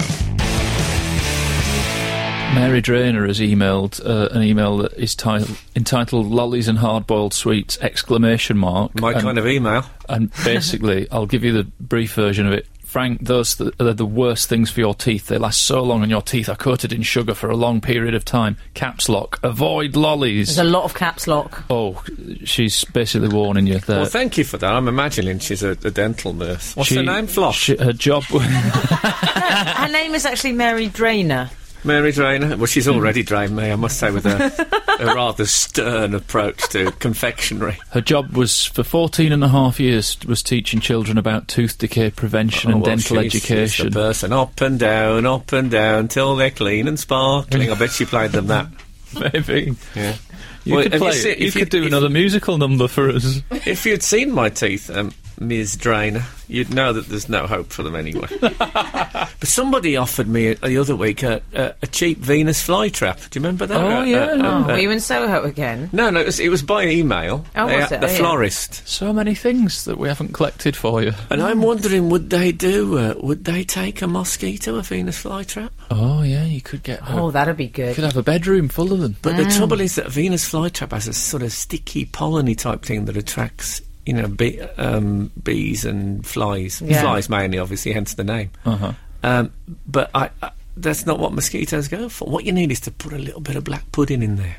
Mary Drainer has emailed uh, an email that is titled, entitled "Lollies and Hard-Boiled Sweets!" exclamation mark. My and, kind of email. And [LAUGHS] basically, I'll give you the brief version of it. Frank, those th- are the worst things for your teeth. They last so long, and your teeth are coated in sugar for a long period of time. Caps lock. Avoid lollies. There's a lot of caps lock. oh, she's basically warning you there. Well, thank you for that. I'm imagining she's a, a dental nurse. What's her name? Floss. she- her job. Uh, Her name is actually Mary Drainer. Mary Drainer. Well, Hmm. she's already drained me, I must say, with a, [LAUGHS] a rather stern approach to confectionery. [LAUGHS] her job was for 14 and a half years was teaching children about tooth decay prevention and Oh, well, dental she's- she's the education. person up and down, up and down, till they're clean and sparkling. I bet she played them [LAUGHS] that. [LAUGHS] Maybe. Yeah. You Well, could have you play. seen- you if could you- do if- another musical number for us. If you'd seen my teeth, um, Ms. Drainer, you'd know that there's no hope for them [LAUGHS] anyway. but somebody offered me uh, the other week a, a, a cheap Venus flytrap. Do you remember that? Oh, Uh, uh, yeah, uh, no. Oh, uh, were you in Soho again? no, no, it was, it was by email. Oh, They- was it? The Oh, yeah. florist. So many things that we haven't collected for you. And I'm wondering, would they do? Uh, would they take a mosquito, a Venus flytrap? Oh yeah, you could get. a- Oh, that'd be you good. could have a bedroom full of them. But the trouble is that a Venus flytrap has a sort of sticky, polleny type thing that attracts, you know, bee, um, bees and flies. Yeah. Flies mainly, obviously, hence the name. Uh-huh. Um, but I, I, that's not what mosquitoes go for. What you need is to put a little bit of black pudding in there.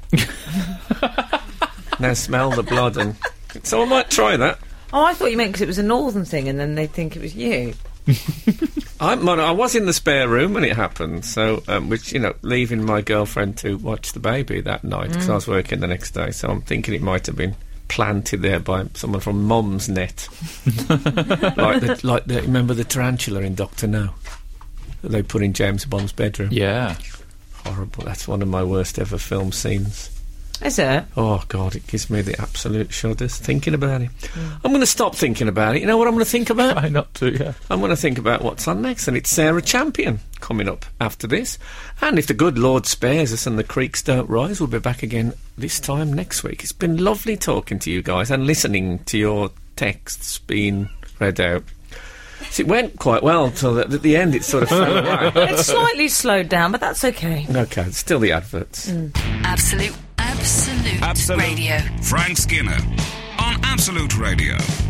now smell the blood, and so I might try that. Oh, I thought you meant because it was a northern thing, and then they'd think it was you. I, well, I was in the spare room when it happened, so um, which you know, leaving my girlfriend to watch the baby that night because I was working the next day. So I'm thinking it might have been planted there by someone from Mom's Net, like the, like the, remember the tarantula in Doctor No that they put in James Bond's bedroom. Yeah. [LAUGHS] Horrible. That's one of my worst ever film scenes. Is it? Oh God, it gives me the absolute shudders thinking about it. I'm going to stop thinking about it. You know what I'm going to think about? Why not to? Yeah. I'm going to think about what's on next, and it's Sarah Champion coming up after this. And if the good Lord spares us and the creeks don't rise, we'll be back again this time next week. It's been lovely talking to you guys and listening to your texts being read out. So it went quite well till the- at the end it sort of fell [LAUGHS] away. It's slightly slowed down, but that's okay. Okay, it's still the adverts. Absolute, absolute, Absolute. radio. Frank Skinner on Absolute Radio.